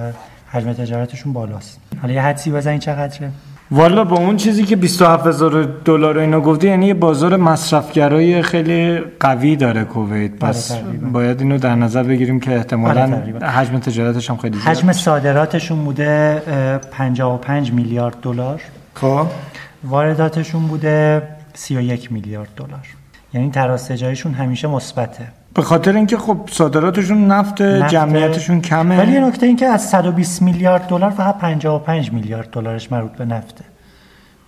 Speaker 3: حجم تجارتشون بالاست حالا یه حدسی بزنین چقدره
Speaker 1: والا با اون چیزی که 27 هزار دلار و اینا گفتی یعنی یه بازار مصرفگرای خیلی قوی داره کویت پس
Speaker 3: آره، تقریباً.
Speaker 1: باید اینو در نظر بگیریم که
Speaker 3: آره،
Speaker 1: احتمالا
Speaker 3: تقریباً.
Speaker 1: حجم تجارتش هم خیلی زیاد
Speaker 3: حجم صادراتشون بوده اه، 55 میلیارد دلار
Speaker 1: خب
Speaker 3: وارداتشون بوده 31 میلیارد دلار یعنی تراستجاییشون همیشه مثبته
Speaker 1: به خاطر اینکه خب صادراتشون نفت,
Speaker 3: نفت-
Speaker 1: جمعیتشون کمه
Speaker 3: ولی یه نکته این که از 120 میلیارد دلار فقط 55 میلیارد دلارش مربوط به نفته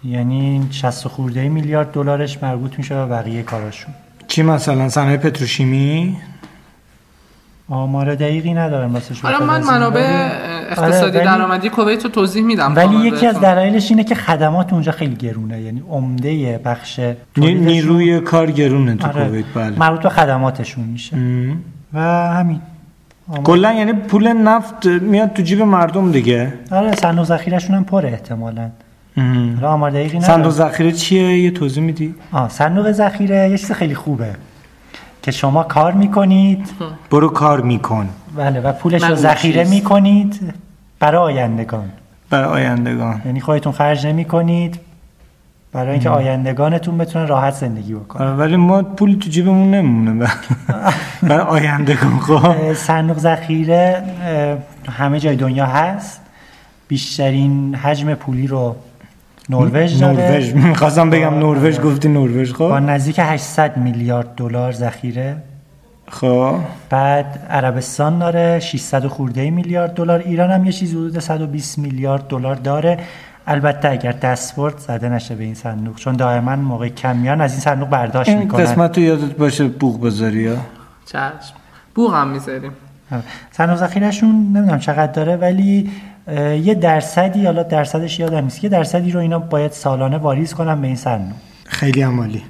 Speaker 3: یعنی 60 و خورده میلیارد دلارش مربوط میشه به بقیه کاراشون
Speaker 1: چی مثلا صنایع پتروشیمی
Speaker 3: آمار دقیقی ندارم واسه شما
Speaker 2: حالا من
Speaker 3: بنظرم،
Speaker 2: منابع
Speaker 3: ولی-
Speaker 2: اقتصادی
Speaker 3: آره، ولی-
Speaker 2: درآمدی کویت رو توضیح میدم
Speaker 3: ولی
Speaker 2: خانم
Speaker 3: یکی از
Speaker 2: بهتون.
Speaker 3: دلایلش اینه که خدمات اونجا خیلی گرونه یعنی عمده بخش
Speaker 1: نی-
Speaker 3: تولیدشون-
Speaker 1: نیروی کار گرونه تو
Speaker 3: آره،
Speaker 1: کویت بله
Speaker 3: مربوط به خدماتشون میشه
Speaker 1: مم.
Speaker 3: و همین آمار-
Speaker 1: کلا یعنی پول نفت میاد تو جیب مردم دیگه
Speaker 3: آره صندوق ذخیرهشون هم پره احتمالا
Speaker 1: مم.
Speaker 3: حالا آمار دقیقی ندارم
Speaker 1: صندوق ذخیره چیه یه توضیح میدی
Speaker 3: آه، صندوق ذخیره یه چیز خیلی خوبه که شما کار میکنید
Speaker 1: برو کار میکن
Speaker 3: بله و پولش
Speaker 2: معلوم
Speaker 3: رو ذخیره
Speaker 2: چیست.
Speaker 3: میکنید برای آیندگان
Speaker 1: برای آیندگان
Speaker 3: یعنی خودتون خرج نمیکنید برای اینکه آیندگانتون بتونن راحت زندگی بکنن
Speaker 1: آره، ولی ما پول تو جیبمون نمونه
Speaker 3: <laughs>
Speaker 1: برای آیندگان خب
Speaker 3: اه، صندوق ذخیره اه، همه جای دنیا هست بیشترین حجم پولی رو نروژ داره
Speaker 1: نروژ خب. میخواستم بگم
Speaker 3: آره.
Speaker 1: نروژ گفتی نروژ
Speaker 3: با
Speaker 1: خب
Speaker 3: نزدیک 800 میلیارد دلار ذخیره
Speaker 1: خب
Speaker 3: بعد عربستان داره 600 و خورده میلیارد دلار ایران هم یه چیز حدود 120 میلیارد دلار داره البته اگر دستورد زده نشه به این صندوق چون دائما موقع کمیان از این صندوق برداشت
Speaker 1: این
Speaker 3: میکنن
Speaker 1: قسمت رو یادت باشه بوق بذاری ها.
Speaker 2: چشم بوغ هم میذاریم
Speaker 3: آره. صندوق ذخیرهشون نمیدونم چقدر داره ولی اه، یه درصدی حالا درصدش یادم نیست یه درصدی رو اینا باید سالانه واریز کنن به این صندوق
Speaker 1: خیلی عمالی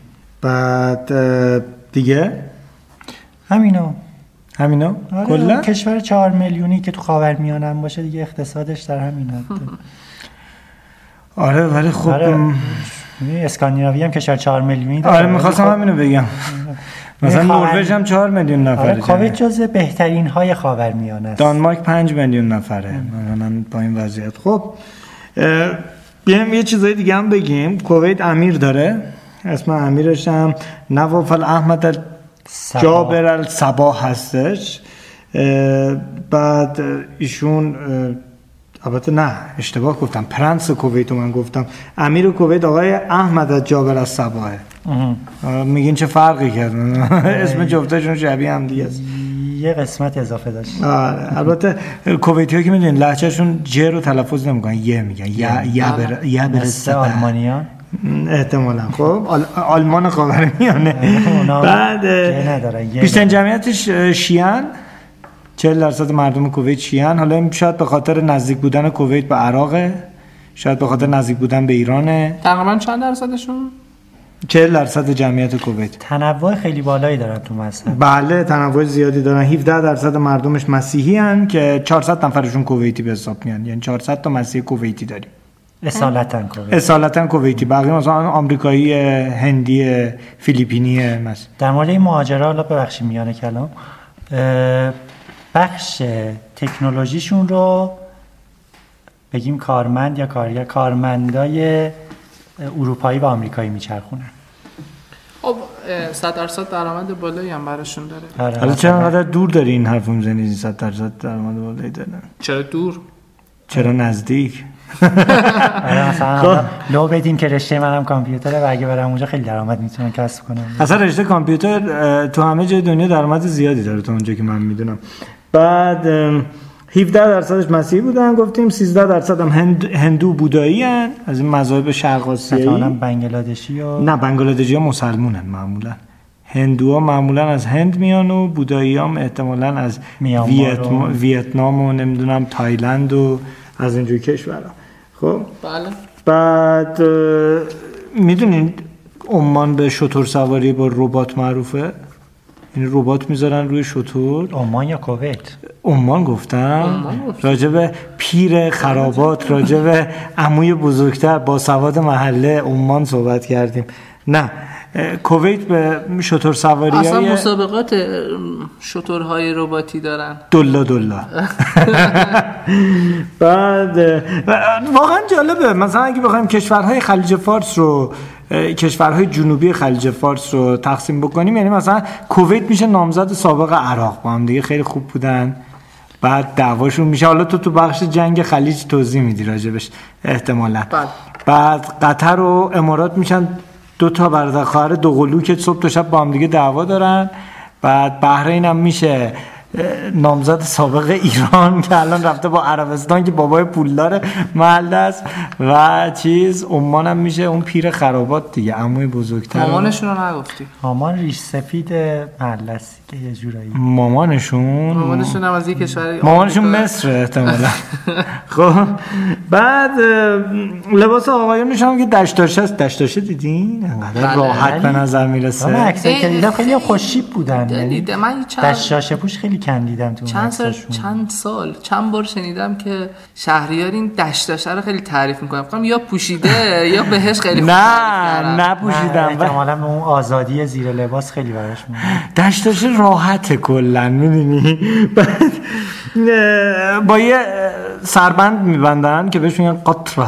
Speaker 1: بعد اه، دیگه
Speaker 3: همینو
Speaker 1: همینا
Speaker 3: آره
Speaker 1: کلا
Speaker 3: کشور چهار میلیونی که تو خاورمیانه باشه دیگه اقتصادش در
Speaker 1: <laughs>
Speaker 3: همین حده.
Speaker 1: آره ولی خب
Speaker 3: آره.
Speaker 1: م،
Speaker 3: می‌دونی یعنی اسکاندیناوی هم کشور 4 میلیونی داره
Speaker 1: آره میخواستم
Speaker 3: ولی خب-
Speaker 1: همینو بگم مثلا
Speaker 3: خواهر-
Speaker 1: نروژ هم چهار میلیون
Speaker 3: خب- آره
Speaker 1: نفره
Speaker 3: کویت
Speaker 1: جمعیت.
Speaker 3: جز بهترین های خاورمیانه است
Speaker 1: دانمارک 5 میلیون نفره مثلا با این وضعیت خب اه، بیایم یه چیزای دیگه هم بگیم کویت امیر داره اسم امیرش هم نواف احمد
Speaker 3: سبا.
Speaker 1: جابر الصبا هستش اه، بعد اه، ایشون اه، البته نه اشتباه گفتم پرنس کویت رو من گفتم امیر کویت آقای احمد جابر الصباه
Speaker 3: اه.
Speaker 1: میگین چه فرقی <laughs> کردن اسم جفتشون شبیه هم دیگه است
Speaker 3: یه قسمت اضافه داشت
Speaker 1: آره البته کویتی ها که میدونین لحچهشون ج رو تلفظ نمیکنن یه میگن یا یا بر یا
Speaker 3: آره. مثل
Speaker 1: برسه
Speaker 3: آلمانیان
Speaker 1: احتمالا خب آل... آلمان خاورمیانه
Speaker 3: اونا
Speaker 1: بعد
Speaker 3: یه ندارن، یه
Speaker 1: بیشتر جمعیتش اه، شیعن 40 درصد مردم کویت شیعن حالا این شاید به خاطر نزدیک بودن کویت به عراقه شاید به خاطر نزدیک بودن به ایرانه
Speaker 2: تقریبا چند درصدشون
Speaker 1: 40 درصد جمعیت کویت
Speaker 3: تنوع خیلی بالایی دارن تو مذهب
Speaker 1: بله تنوع زیادی دارن 17 درصد مردمش مسیحی هن که 400 نفرشون کویتی به حساب میان یعنی 400 تا مسیح کویتی داریم
Speaker 3: اصالتا کویت
Speaker 1: اصالتا کویتی بقیه مثلا آمریکایی هندی فیلیپینی مسیح
Speaker 3: در مورد این مهاجرا حالا ببخشید میانه کلام اه، بخش تکنولوژیشون رو بگیم کارمند یا کارگر کارمندای اه، اروپایی و آمریکایی میچرخونن
Speaker 2: خب اه، 100 درصد درآمد بالایی هم براشون داره
Speaker 3: آره،
Speaker 1: حالا
Speaker 3: مثلا.
Speaker 1: چرا انقدر دور داری این حرف رو میزنی 100 درصد درآمد بالایی دارن
Speaker 2: چرا دور
Speaker 1: چرا نزدیک
Speaker 3: آره، مثلا
Speaker 1: خب.
Speaker 3: حالا لو بدیم که رشته منم کامپیوتره و اگه برم اونجا خیلی درآمد میتونم کسب کنم
Speaker 1: اصلا رشته کامپیوتر اه، تو همه جای دنیا درآمد زیادی داره تا اونجا که من میدونم بعد ام، 17 درصدش مسیحی بودن گفتیم 13 درصد هم هند، هندو بودایی هن. از این مذاهب شرق
Speaker 3: مثلا
Speaker 1: آسیایی
Speaker 3: بنگلادشی و
Speaker 1: نه بنگلادژی ها مسلمونن معمولا هندوها معمولا از هند میان و بودایی هم احتمالا از
Speaker 3: میانمار
Speaker 1: ویتم-
Speaker 3: و-
Speaker 1: ویتنام و نمیدونم تایلند و از اینجور کشورها خب
Speaker 2: بله
Speaker 1: بعد میدونین عمان به شطور سواری با ربات معروفه یعنی ربات میذارن روی شتور
Speaker 3: عمان یا کویت
Speaker 1: عمان گفتم راجب پیر خرابات راجب عموی بزرگتر با سواد محله عمان صحبت کردیم نه اه، کویت به شطور سواری
Speaker 2: اصلا
Speaker 1: های
Speaker 2: مسابقات ام، شترهای رباتی دارن
Speaker 1: دلا دلا <laughs> بعد اه، واقعا جالبه مثلا اگه بخوایم کشورهای خلیج فارس رو اه، کشورهای جنوبی خلیج فارس رو تقسیم بکنیم یعنی مثلا کویت میشه نامزد سابق عراق با هم دیگه خیلی خوب بودن بعد دعواشون میشه حالا تو تو بخش جنگ خلیج توضیح میدی راجبش احتمالا
Speaker 2: بله.
Speaker 1: بعد قطر و امارات میشن دو تا برادر خواهر دو قلو که صبح تا شب با هم دیگه دعوا دارن بعد بحرین هم میشه اه، نامزد سابق ایران که الان رفته با عربستان که بابای پولدار محل است و چیز عمان هم میشه اون پیر خرابات دیگه عموی بزرگتر
Speaker 2: مامانشون رو نگفتی
Speaker 3: آمان ریش سفید محلسی که یه جورایی
Speaker 1: مامانشون
Speaker 2: مامانشون هم از یک کشور
Speaker 1: مامانشون
Speaker 2: آمریکا.
Speaker 1: مصر احتمالا خب بعد اه، لباس آقایونش هم که دشتاشه است دشتاشه دیدین انقدر
Speaker 2: بله.
Speaker 1: راحت به نظر
Speaker 2: خب،
Speaker 3: من
Speaker 1: میرسه
Speaker 3: عکسایی که
Speaker 2: ای-
Speaker 3: دیدم خیلی خوشیب بودن یعنی
Speaker 2: دیده من چند
Speaker 3: دشاشه پوش خیلی کم دیدم تو اون
Speaker 2: چند سال
Speaker 3: عکساشون.
Speaker 2: چند سال چند بار شنیدم که شهریار این دشداشه رو خیلی تعریف میکنه فکر کنم یا پوشیده یا بهش خیلی خوب تعریف
Speaker 1: نه
Speaker 2: کردن.
Speaker 3: نه،
Speaker 1: نپوشیدم
Speaker 3: احتمالا به آره، اون آزادی زیر لباس خیلی براش مهم
Speaker 1: دشتاشه راحته کلا میدونی بعد اه، با یه اه، سربند میبندن که بهش میگن قطره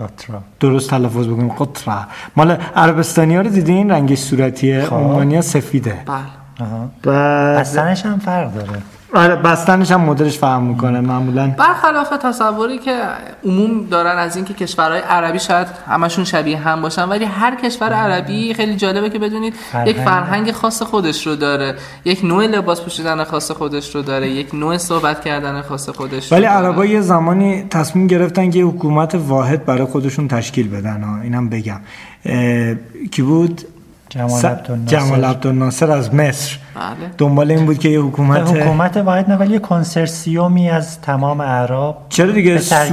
Speaker 3: قطرا
Speaker 1: درست تلفظ بکنیم قطره مال عربستانی ها رو دیدین رنگش صورتیه
Speaker 2: خب.
Speaker 1: عمانی ها سفیده
Speaker 2: بله
Speaker 3: آها.
Speaker 1: بعد-
Speaker 3: از سنش هم فرق داره
Speaker 1: آره بستنش هم مدلش فهم میکنه معمولا
Speaker 2: برخلاف تصوری که عموم دارن از اینکه کشورهای عربی شاید همشون شبیه هم باشن ولی هر کشور عربی خیلی جالبه که بدونید یک فرهنگ خاص خودش رو داره یک نوع لباس پوشیدن خاص خودش رو داره یک نوع صحبت کردن خاص خودش رو
Speaker 1: ولی
Speaker 2: داره.
Speaker 1: عربا یه زمانی تصمیم گرفتن که یه حکومت واحد برای خودشون تشکیل بدن ها اینم بگم اه، کی بود
Speaker 3: جمال
Speaker 1: س-
Speaker 3: عبدالناصر.
Speaker 1: جمال عبدالناصر از مصر
Speaker 2: بله
Speaker 1: دنبال این بود که یه حکومت
Speaker 3: حکومت باید نه ولی یه کنسرسیومی از تمام عرب
Speaker 1: چرا دیگه
Speaker 3: به
Speaker 1: سوریه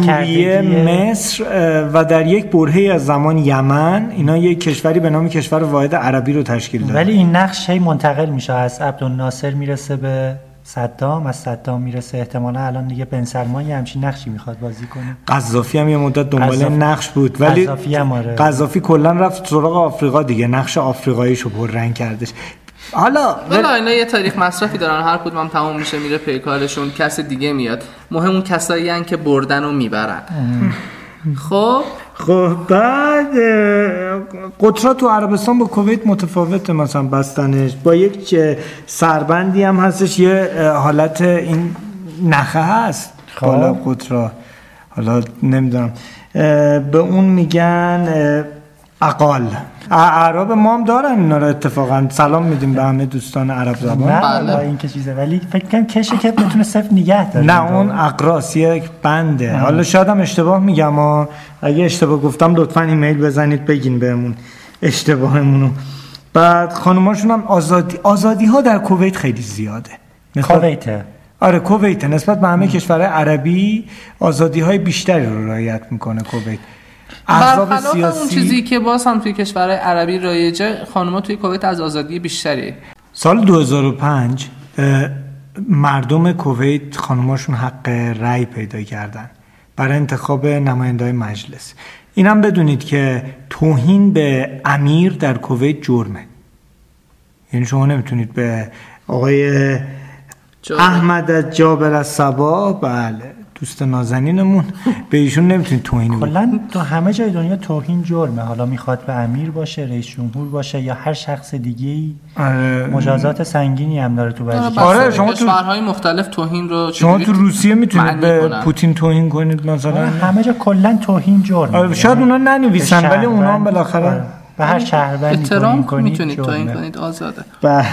Speaker 3: سرکردگی-
Speaker 1: مصر اه، و در یک برهه‌ای از زمان یمن اینا یک کشوری به نام کشور واحد عربی رو تشکیل دادن
Speaker 3: ولی این نقش هی منتقل میشه از عبدالناصر میرسه به صدام از صدام میرسه احتمالا الان دیگه بن سلمان یه همچین نقشی میخواد بازی کنه
Speaker 1: قذافی هم یه مدت دنبال
Speaker 3: قذافی-
Speaker 1: نقش بود ولی
Speaker 3: قذافی هم آره.
Speaker 1: قذافی کلا رفت سراغ آفریقا دیگه نقش آفریقاییشو پررنگ کردش حالا
Speaker 2: ولی اینا یه تاریخ مصرفی دارن هر کدوم هم تمام میشه میره پیکارشون کس دیگه میاد مهم اون کسایی هن که بردن و میبرن خب
Speaker 1: خب بعد اه، قطرا تو عربستان با کویت متفاوته مثلا بستنش با یک چه سربندی هم هستش یه اه، حالت این نخه هست
Speaker 3: خب.
Speaker 1: بالا قطرا حالا نمیدونم اه، به اون میگن اه، عقال ع- اعراب ما هم دارن اینا رو اتفاقا سلام میدیم به همه دوستان عرب زبان
Speaker 3: نه والا این که چیزه ولی فکر کنم کشه که بتونه صفر نگه داره خب،
Speaker 1: نه اون اقراس یک بنده حالا شاید هم اشتباه میگم ها اگه اشتباه گفتم لطفا ایمیل بزنید بگین بهمون اشتباهمونو بعد خانوماشون هم آزادی آزادی ها در کویت خیلی زیاده نسبت-
Speaker 3: کویته
Speaker 1: آره کویت نسبت به همه کشورهای عربی آزادی های بیشتری رو رعایت میکنه کویت احزاب
Speaker 2: برخلاف اون
Speaker 1: سیاسی
Speaker 2: چیزی که باز هم توی کشورهای عربی رایجه خانوما توی کویت از آزادی بیشتری
Speaker 1: بله. سال 2005 اه، مردم کویت خانماشون حق رأی پیدا کردن برای انتخاب نماینده مجلس اینم بدونید که توهین به امیر در کویت جرمه یعنی شما نمیتونید به آقای
Speaker 2: جالب.
Speaker 1: احمد از جابر از سبا بله دوست نازنینمون به ایشون نمیتونید توهین بود
Speaker 3: کلا تو همه جای دنیا توهین جرمه حالا میخواد به امیر باشه رئیس جمهور باشه یا هر شخص دیگه ای مجازات سنگینی هم داره تو بعضی
Speaker 1: آره،
Speaker 2: بسته به
Speaker 1: شما تو-
Speaker 2: کشورهای مختلف توهین رو
Speaker 1: شما
Speaker 2: چجوری
Speaker 1: تو روسیه میتونید
Speaker 2: معنی
Speaker 1: به
Speaker 2: کنن.
Speaker 1: پوتین توهین کنید مثلا
Speaker 3: کشورها. همه جا کلا توهین جرمه
Speaker 1: آره، شاید
Speaker 3: یعنی
Speaker 1: اونا ننویسن
Speaker 3: به
Speaker 1: ولی اونا هم
Speaker 3: شهروند-
Speaker 1: بالاخره
Speaker 3: آره، به هر شهروندی توهین
Speaker 2: احترام
Speaker 3: کنید
Speaker 2: میتونید توهین
Speaker 3: جرمه.
Speaker 2: کنید آزاده
Speaker 1: بله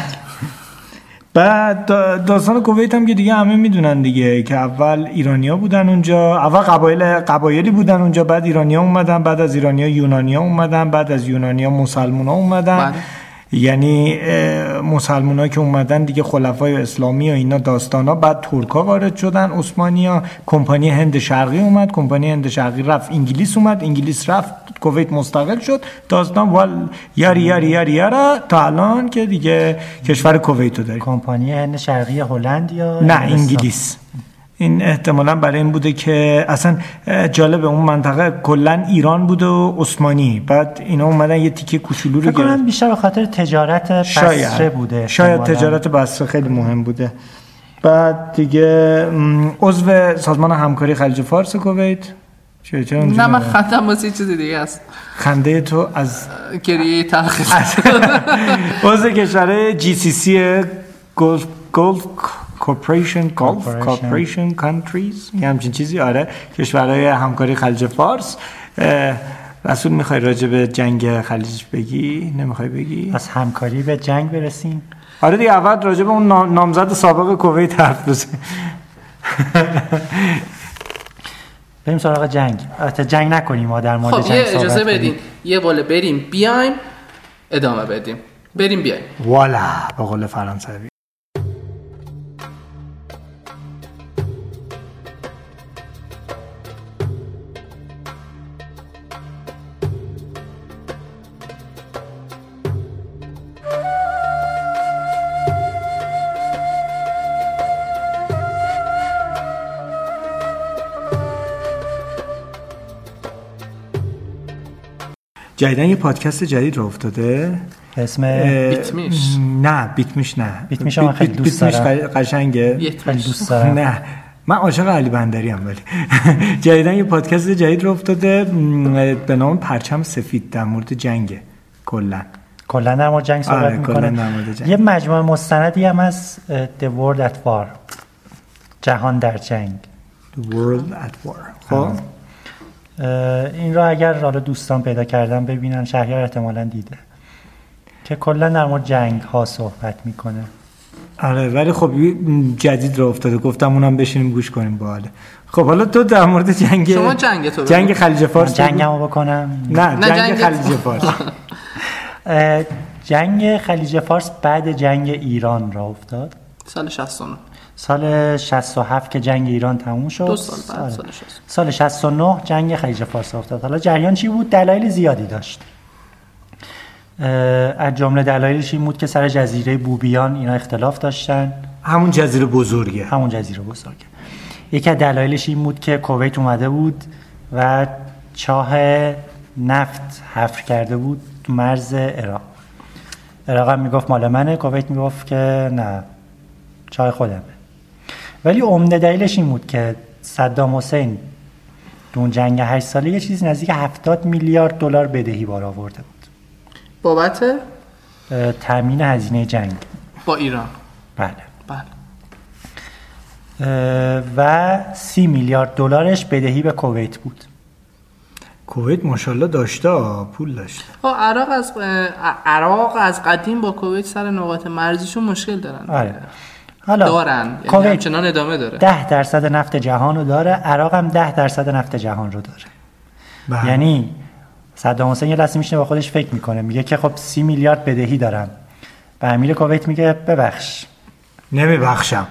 Speaker 1: بعد دا- داستان کویت هم که دیگه همه میدونن دیگه که اول ایرانیا بودن اونجا اول قبایل قبایلی بودن اونجا بعد ایرانیا اومدن بعد از ایرانیا یونانیا اومدن بعد از یونانیا مسلمونا اومدن
Speaker 2: بله.
Speaker 1: یعنی اه، مسلمونا که اومدن دیگه خلفای اسلامی و اینا داستانا بعد ترکا وارد شدن عثمانی ها کمپانی هند شرقی اومد کمپانی هند شرقی رفت انگلیس اومد انگلیس رفت کویت مستقل شد داستان وال یاری یاری یاری یارا تا الان که دیگه کشور کویت رو داریم
Speaker 3: کمپانی هند شرقی هلند یا
Speaker 1: نه
Speaker 3: انگلستان؟
Speaker 1: انگلیس این احتمالا برای این بوده که اصلا جالب اون منطقه کلا ایران بوده و عثمانی بعد اینا اومدن یه تیکه کوچولو رو
Speaker 3: فکر
Speaker 1: گرفتن
Speaker 3: کنم بیشتر به خاطر تجارت بسره
Speaker 1: شاید
Speaker 3: بوده
Speaker 1: شاید
Speaker 3: احتمالاً.
Speaker 1: تجارت بسره خیلی مهم بوده بعد دیگه م، عضو سازمان همکاری خلیج فارس کویت چه چه اونجوری
Speaker 2: نه من
Speaker 1: نگاه؟
Speaker 2: خندم واسه یه چیز دیگه است
Speaker 1: خنده تو از
Speaker 2: گریه تلخی
Speaker 1: <laughs> عضو کشور جی سی سی گلف گلف کورپوریشن گلف
Speaker 3: Corporation.
Speaker 1: کورپوریشن کانتریز یه همچین چیزی آره کشورهای همکاری خلیج فارس اه، رسول میخوای راجع به جنگ خلیج بگی نمیخوای بگی
Speaker 3: از همکاری به جنگ برسیم
Speaker 1: آره دیگه اول راجع به اون نام- نامزد سابق کویت حرف بزن
Speaker 3: بریم سراغ جنگ البته جنگ نکنیم ما در مورد
Speaker 2: خب
Speaker 3: جنگ
Speaker 2: یه
Speaker 3: صحبت
Speaker 2: اجازه
Speaker 3: کنیم.
Speaker 2: بدین یه بالا بریم بیایم ادامه بدیم بریم بیایم
Speaker 1: والا به قول فرانسوی جدیدن یه پادکست جدید رو افتاده
Speaker 3: به اسم
Speaker 1: اه،
Speaker 2: بیتمیش.
Speaker 1: نه بیتمیش نه
Speaker 3: بیتمیش من خیلی
Speaker 1: بیت-
Speaker 3: دوست
Speaker 1: بیتمیش
Speaker 3: دارم.
Speaker 1: قش- قشنگه
Speaker 2: یه
Speaker 3: خیلی دوست دارم
Speaker 1: <laughs> نه من عاشق علی بندری ام ولی <laughs> جدیدن یه پادکست جدید رو افتاده م، به نام پرچم سفید در مورد جنگه کلا
Speaker 3: کلا در مورد جنگ صحبت
Speaker 1: آره، کلاً
Speaker 3: میکنه
Speaker 1: در مورد جنگ.
Speaker 3: یه مجموعه مستندی هم از اه، The World at War جهان در جنگ
Speaker 1: The World at War خب
Speaker 3: اه، این را اگر حالا دوستان پیدا کردن ببینن شهریار احتمالا دیده که کلا در مورد جنگ ها صحبت میکنه
Speaker 1: آره ولی خب یه- م، جدید رو افتاده گفتم اونم بشینیم گوش کنیم باحاله خب حالا تو در مورد جنگ
Speaker 2: شما جنگ تو بگو.
Speaker 1: جنگ خلیج فارس بگو.
Speaker 3: جنگمو بکنم
Speaker 1: نه
Speaker 2: نه،
Speaker 1: جنگ
Speaker 2: جنگ-
Speaker 1: خلیج فارس
Speaker 2: <laughs>
Speaker 3: اه، جنگ خلیج فارس بعد جنگ ایران را افتاد
Speaker 2: سال 69
Speaker 3: سال 67 که جنگ ایران تموم شد
Speaker 2: دو سال بعد
Speaker 3: آره.
Speaker 2: سال 69
Speaker 3: سال 69 جنگ خلیج فارس افتاد حالا جریان چی بود دلایل زیادی داشت اه، از جمله دلایلش این بود که سر جزیره بوبیان اینا اختلاف داشتن
Speaker 1: همون جزیره بزرگه
Speaker 3: همون جزیره بزرگ یکی از دلایلش این بود که کویت اومده بود و چاه نفت حفر کرده بود تو مرز عراق عراق هم میگفت مال منه کویت میگفت که نه چاه خودمه ولی عمده دلیلش این بود که صدام حسین تو اون جنگ هشت ساله یه چیزی نزدیک 70 میلیارد دلار بدهی بار آورده بود
Speaker 2: بابت
Speaker 3: اه، تامین هزینه جنگ
Speaker 2: با ایران
Speaker 3: بله
Speaker 2: بله
Speaker 3: اه، و سی میلیارد دلارش بدهی به کویت بود
Speaker 1: کویت ماشاءالله داشته آه، پول داشته
Speaker 2: آه، خب، عراق از اه، عراق از قدیم با کویت سر نقاط مرزیشون مشکل دارن
Speaker 3: آره حالا
Speaker 2: دارن یعنی
Speaker 3: کویت
Speaker 2: همچنان ادامه داره
Speaker 3: ده درصد نفت جهان رو داره عراق هم ده درصد نفت جهان رو داره
Speaker 1: بله.
Speaker 3: یعنی صدام حسین یه لحظه میشینه با خودش فکر میکنه میگه که خب سی میلیارد بدهی دارم و امیر کویت میگه ببخش
Speaker 1: نمیبخشم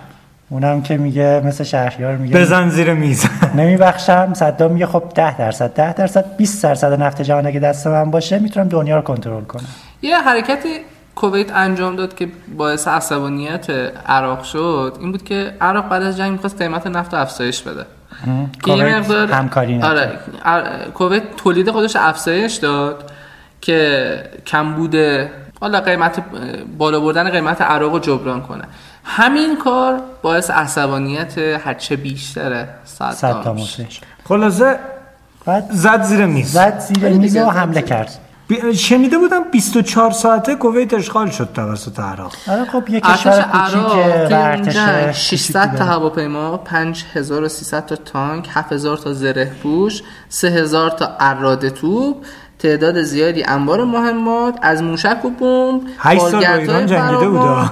Speaker 3: اونم که میگه مثل شهریار میگه
Speaker 1: بزن زیر
Speaker 3: <laughs>
Speaker 1: میز
Speaker 3: نمیبخشم صدام میگه خب 10 درصد 10 درصد 20 درصد نفت جهان اگه دست من باشه میتونم دنیا رو کنترل کنم
Speaker 2: یه حرکت کویت انجام داد که باعث عصبانیت عراق شد این بود که عراق بعد از جنگ میخواست قیمت نفت رو افزایش بده که یه
Speaker 3: کویت
Speaker 2: مقدار
Speaker 3: همکاری نکرد.
Speaker 2: آره ار- کویت تولید خودش رو افزایش داد که کم بوده حالا قیمت بالا بردن قیمت عراق رو جبران کنه همین کار باعث عصبانیت هرچه بیشتره
Speaker 3: صدام
Speaker 2: صدام شد.
Speaker 3: حسین
Speaker 1: خلاصه
Speaker 3: بعد
Speaker 1: زد زیر میز
Speaker 3: زد زیر
Speaker 2: ولی
Speaker 3: میز
Speaker 2: دیگه
Speaker 3: و
Speaker 2: زد
Speaker 3: حمله
Speaker 2: زیر
Speaker 3: کرد
Speaker 1: بی- شنیده بودم 24 ساعته کویت اشغال شد توسط عراق
Speaker 3: آره خب یه
Speaker 2: ارتش
Speaker 3: کشور
Speaker 2: عراق
Speaker 3: کوچیکه و
Speaker 2: توی اون جنگ
Speaker 3: ارتش
Speaker 2: 600 تا
Speaker 3: کوچیکی داره.
Speaker 2: هواپیما 5300 تا تانک 7000 تا زره پوش 3000 تا اراده توپ تعداد زیادی انبار مهمات از موشک و بمب
Speaker 1: هشت سال با
Speaker 2: بالگردهای
Speaker 1: ایران جنگیده
Speaker 2: فراوان
Speaker 1: بودا.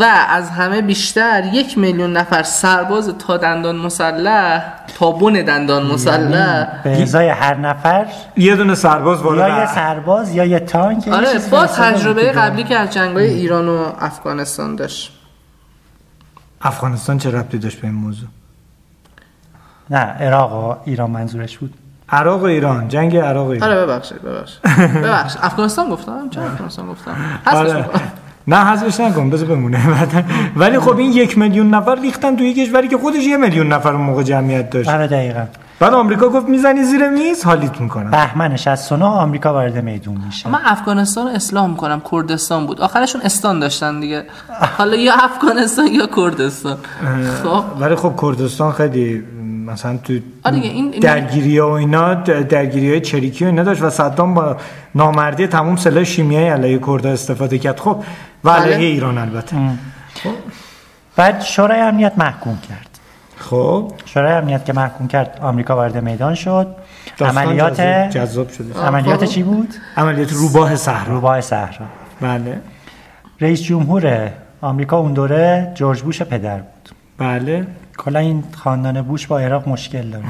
Speaker 2: و از همه بیشتر یک میلیون نفر سرباز تا دندان مسلح تا بن
Speaker 1: یعنی
Speaker 2: دندان مسلح
Speaker 3: به ازای هر نفر
Speaker 1: <laughs> یه دونه سرباز
Speaker 3: یا یه
Speaker 1: بالا
Speaker 3: سرباز یا یه تانک یا یه
Speaker 2: آره
Speaker 3: چیزی
Speaker 2: با
Speaker 3: برسه به
Speaker 2: تجربه
Speaker 3: دیگه.
Speaker 2: قبلی که از جنگ‌های ایران و افغانستان داشت
Speaker 1: افغانستان چه ربطی داشت به این موضوع
Speaker 3: نه عراق و ایران منظورش بود
Speaker 1: عراق و ایران جنگ عراق و ایران
Speaker 2: آره ببخشید
Speaker 1: <laughs>
Speaker 2: ببخشید ببخشید افغانستان گفتم چرا افغانستان گفتم حسش
Speaker 1: آره.
Speaker 2: می‌کنم.
Speaker 1: <laughs> نه حذفش نکن بذار بمونه <laughs> بعدا. ولی خب این یک میلیون نفر ریختن توی یه کشوری که خودش یه میلیون نفر اون موقع جمعیت داشت
Speaker 3: آره دقیقا
Speaker 1: بعد آمریکا گفت میزنی زیر میز حالیت میکنم
Speaker 3: بهمن 69 آمریکا وارد میدون میشه
Speaker 2: من افغانستان رو اصلاح میکنم کردستان بود آخرشون استان داشتن دیگه حالا یا افغانستان یا کردستان
Speaker 1: <laughs>
Speaker 2: خب
Speaker 1: ولی خب کردستان خیلی مثلا تو
Speaker 2: آره دیگه، این- این-
Speaker 1: درگیری ها و اینا درگیری های چریکی و اینا داشت و صدام با نامردی تمام سلاح شیمیایی علیه کردها استفاده کرد خب و
Speaker 2: بله.
Speaker 1: علیه ایران البته
Speaker 3: بعد شورای امنیت محکوم کرد
Speaker 1: خب
Speaker 3: شورای امنیت که محکوم کرد آمریکا وارد میدان شد
Speaker 1: داستان
Speaker 3: عملیات
Speaker 1: جذاب- جذاب شده
Speaker 3: عملیات
Speaker 2: خب.
Speaker 3: چی بود
Speaker 1: عملیات روباه صحرا
Speaker 3: روباه صحرا
Speaker 1: بله
Speaker 3: رئیس جمهور آمریکا اون دوره جورج بوش پدر بود
Speaker 1: بله
Speaker 3: کلا این خاندان بوش با عراق مشکل داره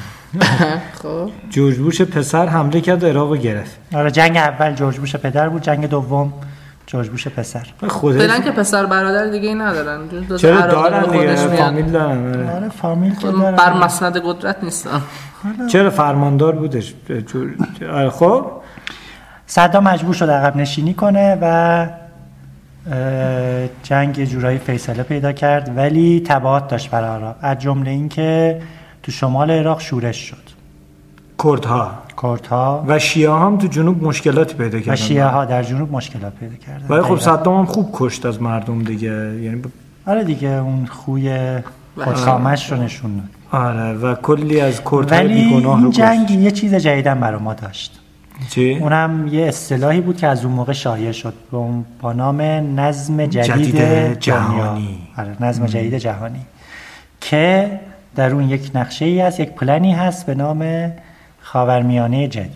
Speaker 2: خب
Speaker 1: جورج بوش پسر حمله کرد و عراق رو گرفت
Speaker 3: آره جنگ اول جورج بوش پدر بود جنگ دوم جورج بوش پسر
Speaker 2: فعلا
Speaker 1: خودش
Speaker 2: که پسر برادر دیگه ای ندارن دو تا
Speaker 1: چرا
Speaker 2: عراقی
Speaker 1: دارن
Speaker 2: به
Speaker 1: دیگه
Speaker 2: خودش میاد.
Speaker 1: فامیل دارن آره.
Speaker 3: آره فامیل که داره.
Speaker 2: خب، بر مسند قدرت نیستن
Speaker 1: چرا فرماندار بودش جور- آره، خب
Speaker 3: صدام مجبور شد عقب نشینی کنه و اه، جنگ یه جورایی فیصله پیدا کرد ولی تبعات داشت برای عراق از جمله اینکه تو شمال عراق شورش شد
Speaker 1: کردها
Speaker 3: کردها
Speaker 1: و شیعه هم تو جنوب مشکلاتی پیدا کردن
Speaker 3: و شیعه ها در جنوب مشکلات پیدا کردن
Speaker 1: بله. ولی خب
Speaker 3: دقیقاً.
Speaker 1: صدام هم خوب کشت از مردم دیگه یعنی ب-
Speaker 3: آره دیگه اون خوی خوشامش رو نشون داد
Speaker 1: آره و کلی از کردهای
Speaker 3: ولی
Speaker 1: بیگناه رو
Speaker 3: این
Speaker 1: جنگ...
Speaker 3: جنگ یه چیز جدیدن برای ما داشت
Speaker 1: کشت چی؟
Speaker 3: اونم یه اصطلاحی بود که از اون موقع شایع شد به اون- با نام نظم جدید,
Speaker 1: جدید
Speaker 3: دنیا.
Speaker 1: جهانی.
Speaker 3: آره نظم جدید جهانی که در اون یک نقشه ای هست یک پلنی هست به نام خاورمیانه جدید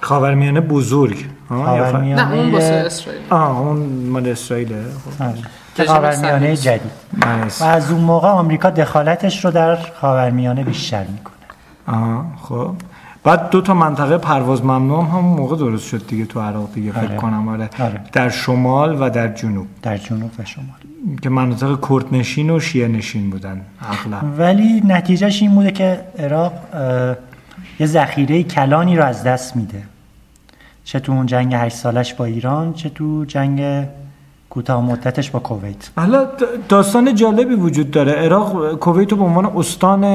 Speaker 1: خاورمیانه بزرگ آه, یا ف-
Speaker 2: نه اون واسه
Speaker 3: خاورمیانه
Speaker 2: اسرائیل
Speaker 1: آه اون مال اسرائیله خب.
Speaker 3: آره.
Speaker 2: که
Speaker 3: خاورمیانه
Speaker 2: شما سر
Speaker 3: جدید
Speaker 1: من
Speaker 3: و
Speaker 1: اسم-
Speaker 3: از اون موقع آمریکا دخالتش رو در خاورمیانه بیشتر میکنه
Speaker 1: آه خب بعد دو تا منطقه پرواز ممنوع هم همون موقع درست شد دیگه تو عراق دیگه فکر
Speaker 3: آره.
Speaker 1: کنم آره.
Speaker 3: آره.
Speaker 1: در شمال و در جنوب
Speaker 3: در جنوب و شمال
Speaker 1: که مناطق کردنشین و شیعه نشین بودن اغلب
Speaker 3: ولی نتیجهش این بوده که عراق اه، یه ذخیره کلانی رو از دست میده چه تو اون جنگ هشت سالش با ایران چه تو جنگ کوتاه مدتش با کویت
Speaker 1: حالا د- داستان جالبی وجود داره عراق کویت رو به عنوان استان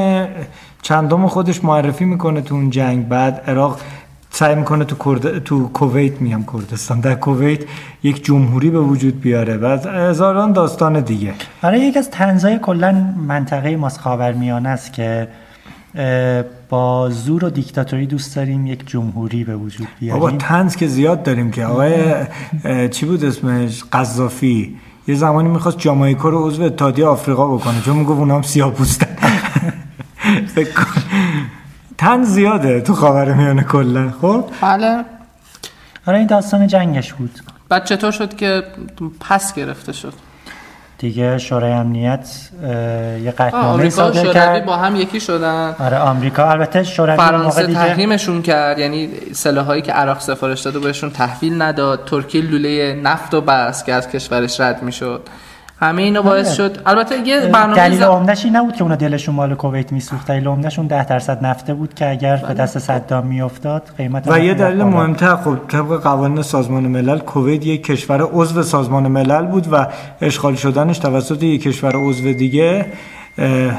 Speaker 1: چندم خودش معرفی میکنه تو اون جنگ بعد عراق سعی میکنه تو, کرد... تو کویت میام کردستان در کویت یک جمهوری به وجود بیاره و از هزاران داستان دیگه
Speaker 3: آره یک از تنزای کلا منطقه ماست خاورمیانه است که اه، با زور و دیکتاتوری دوست داریم یک جمهوری به وجود
Speaker 1: بابا
Speaker 3: بیاریم
Speaker 1: تنز که زیاد داریم که آقای اه، چی بود اسمش قذافی یه زمانی میخواست جامایکا رو عضو اتحادیه آفریقا بکنه چون میگفت اونا هم سیاه پوستن <laughs> فکر کن. تنز زیاده تو خاورمیانه کلا خب
Speaker 2: بله
Speaker 3: آره این داستان جنگش بود
Speaker 2: بعد چطور شد که پس گرفته شد
Speaker 3: دیگه شورای امنیت اه، یه
Speaker 2: آه،
Speaker 3: قطعنامه
Speaker 2: آمریکا و
Speaker 3: صادر
Speaker 2: شوروی
Speaker 3: کرد
Speaker 2: با هم یکی شدن
Speaker 3: آره آمریکا البته شوروی اون موقع
Speaker 2: فرانسه
Speaker 3: دیگه-
Speaker 2: تحریمشون کرد یعنی سلاحایی که عراق سفارش داده بهشون تحویل نداد ترکیه لوله نفت و بس که از کشورش رد میشد همه اینا باعث شد البته یه برنامه
Speaker 3: دلیل
Speaker 2: زم...
Speaker 3: عمدهش این نبود که اونا دلشون مال کویت میسوخت دلیل عمدهشون 10 درصد نفته بود که اگر به دست
Speaker 2: بله.
Speaker 3: صدام میافتاد قیمت
Speaker 1: و
Speaker 3: نفت
Speaker 1: یه
Speaker 3: می‌رفت
Speaker 1: دلیل
Speaker 3: بالا.
Speaker 1: مهمتر خب طبق قوانین سازمان ملل کویت یک کشور عضو سازمان ملل بود و اشغال شدنش توسط یک کشور عضو دیگه اه،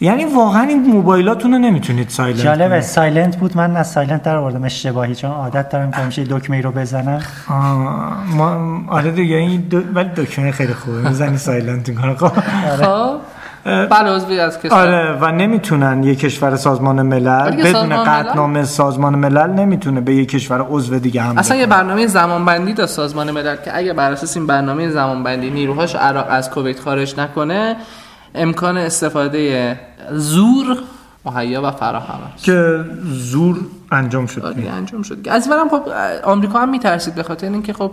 Speaker 1: یعنی واقعا این موبایلاتون رو نمیتونید سایلنت
Speaker 3: جالبه
Speaker 1: کنید.
Speaker 3: سایلنت بود من از سایلنت در آوردم اشتباهی چون عادت دارم که همیشه دکمه رو بزنم
Speaker 1: آه، ما آره دیگه این دو... ولی دکمه خیلی خوبه میزنی سایلنت میکنه خب
Speaker 2: خب بله عضوی از کشور
Speaker 1: آره و نمیتونن یک کشور سازمان ملل
Speaker 2: ولی که
Speaker 1: بدون
Speaker 2: سازمان ملل-
Speaker 1: قطعنامه سازمان ملل نمیتونه به یک کشور عضو دیگه هم
Speaker 2: اصلا یه برنامه زمانبندی داشت سازمان ملل که اگه بر اساس این برنامه زمانبندی نیروهاش عراق از کویت خارج نکنه امکان استفاده زور مهیا و فراهم است
Speaker 1: که زور انجام شد
Speaker 2: آره، انجام شد از این برم خب آمریکا هم میترسید به خاطر اینکه خب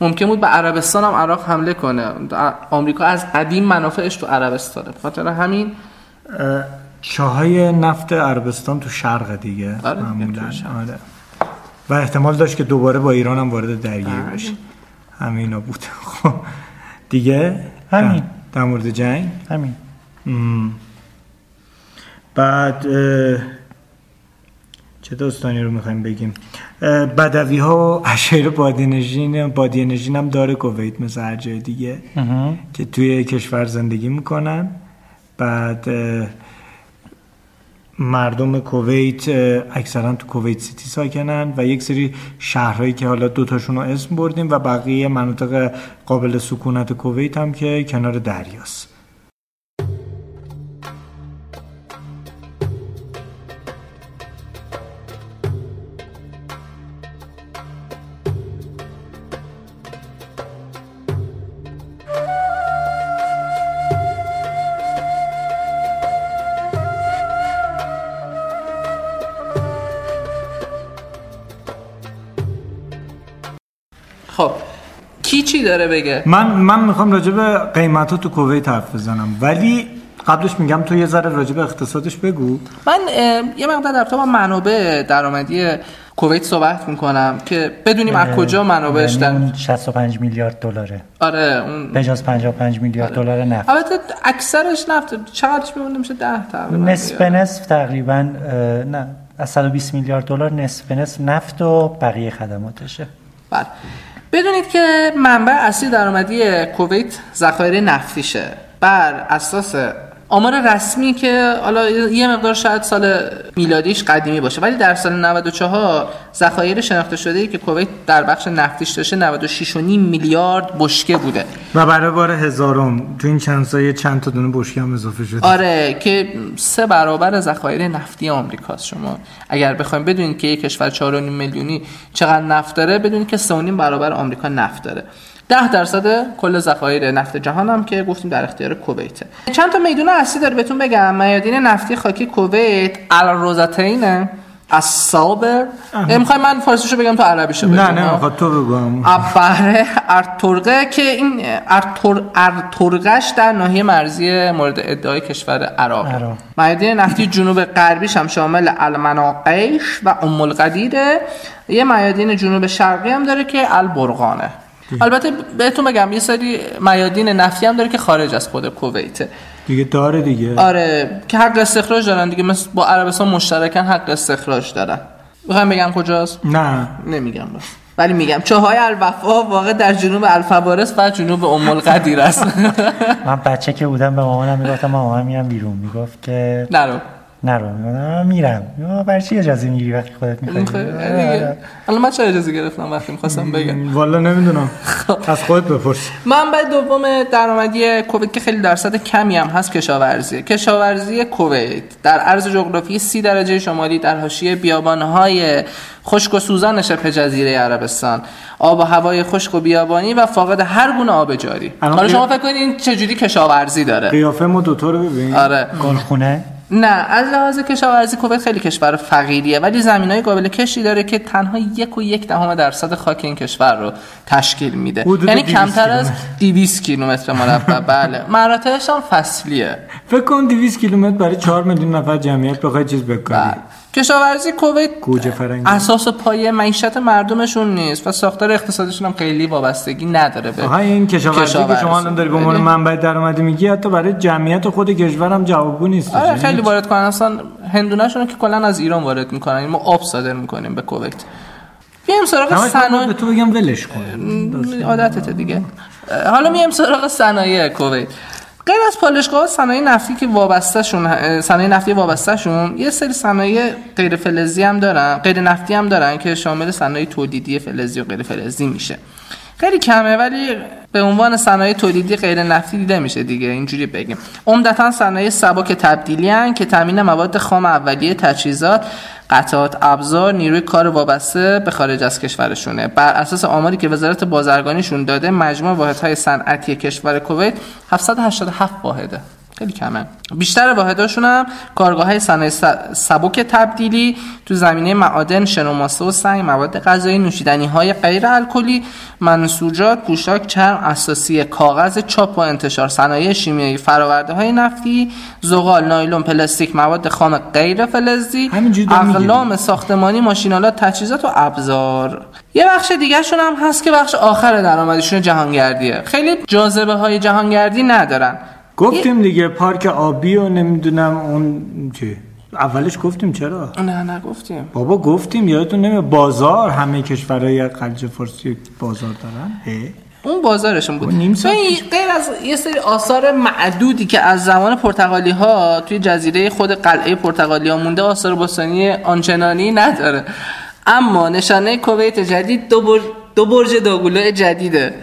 Speaker 2: ممکن بود به عربستان هم عراق حمله کنه آمریکا از قدیم منافعش تو عربستانه به خاطر همین
Speaker 1: اه، چاهای نفت عربستان تو شرق دیگه
Speaker 2: آره،
Speaker 1: معمولاً.
Speaker 2: تو شرق.
Speaker 1: آره. و احتمال داشت که دوباره با ایران هم وارد درگیری
Speaker 2: آره.
Speaker 1: بشه همینا بود <laughs> خب دیگه
Speaker 3: همین.
Speaker 1: در- در مورد جنگ
Speaker 3: همین
Speaker 1: ام. بعد اه، چه داستانی رو میخوایم بگیم بدوی ها و اشیر بادینژین بادینژین هم داره کویت مثل هر جای دیگه که توی کشور زندگی میکنن بعد اه، مردم کویت اه، اکثرا تو کویت سیتی ساکنن و یک سری شهرهایی که حالا دوتاشون رو اسم بردیم و بقیه مناطق قابل سکونت کویت هم که کنار دریاست
Speaker 2: خب کی چی داره بگه
Speaker 1: من من میخوام راجع به قیمت تو کویت حرف بزنم ولی قبلش میگم تو یه ذره راجع به اقتصادش بگو
Speaker 2: من اه، یه مقدار رفتم با منابع درآمدی کویت صحبت میکنم که بدونیم از کجا منابعش
Speaker 3: یعنی
Speaker 2: در
Speaker 3: اون 65 میلیارد دلاره
Speaker 2: آره اون
Speaker 3: به جز 55 میلیارد
Speaker 2: بله.
Speaker 3: دلار نفت
Speaker 2: البته اکثرش نفت چقدرش میمونه میشه 10 تقریبا
Speaker 3: نصف به نصف تقریبا اه، نه از 120 میلیارد دلار نصف به نصف نفت و بقیه خدماتشه
Speaker 2: بله بدونید که منبع اصلی درآمدی کویت ذخایر نفتیشه بر اساس آمار رسمی که حالا یه مقدار شاید سال میلادیش قدیمی باشه ولی در سال 94 ذخایر شناخته شده ای که کویت در بخش نفتیش داشته 96.5 میلیارد بشکه بوده
Speaker 1: و برای بار هزارم تو این چند سایه چند تا دونه بشکه هم اضافه شده
Speaker 2: آره که سه برابر ذخایر نفتی آمریکاست شما اگر بخوایم بدونید که یک کشور 4.5 میلیونی چقدر نفت داره بدونید که 3.5 برابر آمریکا نفت داره 10 درصد کل ذخایر نفت جهان هم که گفتیم در اختیار کویته چند تا میدون اصلی داره بهتون بگم میادین نفتی خاکی کویت الروزاتین الصابر میخوای من فارسیشو بگم تو عربیشو بگم
Speaker 1: نه نه میخواد تو بگو همون.
Speaker 2: ابره ارتورقه که این ارتور ارتورقش در ناحیه مرزی مورد ادعای کشور عراق
Speaker 3: عراق.
Speaker 2: معدن نفتی جنوب غربیش هم شامل المناقش و ام القدیره یه معادن جنوب شرقی هم داره که البرغانه البته بهتون بگم یه سری معادن نفتی هم داره که خارج از خود کویته
Speaker 1: دیگه داره دیگه
Speaker 2: آره که حق استخراج دارن دیگه مثل با عربستان مشترکن حق استخراج دارن میخوام بگم کجاست
Speaker 1: نه
Speaker 2: نمیگم بس ولی میگم چاهای الوفا واقع در جنوب الفبارس و جنوب ام القدیر است <laughs>
Speaker 3: من بچه که بودم به مامانم میگفتم مامان میرم بیرون میگفت که
Speaker 2: نرو
Speaker 3: نرو میگفتم من میرم میگفت آه، برای چی اجازه میگیری وقتی خودت میخوای
Speaker 2: خب، دیگه. الان من چه اجازه گرفتم وقتی میخواستم بگم
Speaker 1: والا نمیدونم از خودت بپرس
Speaker 2: منبع دوم درآمدی کویت که خیلی درصد کمی هم هست کشاورزیه کشاورزی کویت در عرض جغرافی سی درجه شمالی در حاشیه بیابانهای خشک و سوزان شبه جزیره عربستان آب و هوای خشک و بیابانی و فاقد هر گونه آب جاری
Speaker 1: الان
Speaker 2: حالا شما
Speaker 1: قیاف-
Speaker 2: فکر کنید این چجوری کشاورزی داره
Speaker 1: قیافه ما دوتا رو ببین
Speaker 2: آره
Speaker 3: گلخونه
Speaker 2: نه از لحاظ کشاورزی کویت خیلی کشور فقیریه ولی زمین های قابل کشی داره که تنها یک و یک دهم درصد خاک این کشور رو تشکیل میده
Speaker 1: حدود
Speaker 2: یعنی
Speaker 1: 200
Speaker 2: کمتر از 200
Speaker 1: <laughs>
Speaker 2: کیلومتر مربع بله مراتعش هم فصلیه
Speaker 1: فکر کن 200 کیلومتر برای 4 میلیون نفر جمعیت بخوای چیز
Speaker 2: بله
Speaker 1: بکنی
Speaker 2: کشاورزی کویت
Speaker 1: گوجه فرنگی
Speaker 2: اساس و پایه معیشت مردمشون نیست و ساختار اقتصادشون هم خیلی وابستگی نداره به
Speaker 1: آها این کشاورزی که
Speaker 2: کشاورزی.
Speaker 1: شما الان داری به عنوان
Speaker 2: بله.
Speaker 1: منبع درآمدی میگی حتی برای جمعیت خود کشورم جوابگو نیست
Speaker 2: آره
Speaker 1: یعنی
Speaker 2: خیلی وارد کنن اصلا هندونهشون رو که کلا از ایران وارد میکنن یعنی ما آب صادر میکنیم به کویت بیایم سراغ
Speaker 1: همش من باید
Speaker 2: صنایع
Speaker 1: به تو بگم ولش کن
Speaker 2: عادتته دیگه اه، حالا میایم سراغ صنایع کویت غیر از پالشگاه ها، صنایع نفتی که وابسته شون اه، صنایع نفتی وابسته شون یه سری صنایع غیر فلزی هم دارن غیر نفتی هم دارن که شامل صنایع تولیدی فلزی و غیر فلزی میشه خیلی کمه ولی به عنوان صنایع تولیدی غیر نفتی دیده میشه دیگه اینجوری بگیم عمدتا صنایع سبک تبدیلی هن که تامین مواد خام اولیه تجهیزات قطعات ابزار نیروی کار وابسته به خارج از کشورشونه بر اساس آماری که وزارت بازرگانیشون داده مجموع واحدهای صنعتی کشور کویت 787 واحده خیلی کمه بیشتر واحداشون هم کارگاه های صنایع س- سبک تبدیلی تو زمینه معادن شنوماسه و سنگ مواد غذایی نوشیدنی های غیر الکلی منسوجات پوشاک چرم اساسی کاغذ چاپ و انتشار صنایع شیمیایی فراورده های نفتی زغال نایلون پلاستیک مواد خام غیر فلزی
Speaker 1: همینجوری داریم می‌گیم.
Speaker 2: اقلام ساختمانی ماشینالات تجهیزات و ابزار یه بخش دیگه هم هست که بخش آخر درآمدشون جهانگردیه خیلی جاذبه های جهانگردی ندارن
Speaker 1: گفتیم دیگه پارک آبی و نمیدونم اون چی اولش گفتیم چرا
Speaker 2: نه نگفتیم
Speaker 1: بابا گفتیم یادتون نمیاد بازار همه کشورهای خلیج فارسی یک بازار دارن اه.
Speaker 2: اون بازارشون بود
Speaker 1: اون خب، نیم
Speaker 2: تو
Speaker 1: ساعت
Speaker 2: این غیر از یه سری آثار معدودی که از زمان پرتغالی ها توی جزیره خود قلعه پرتغالی ها مونده آثار باستانی آنچنانی نداره اما نشانه کویت جدید دو, برج دو برج دوگوله جدیده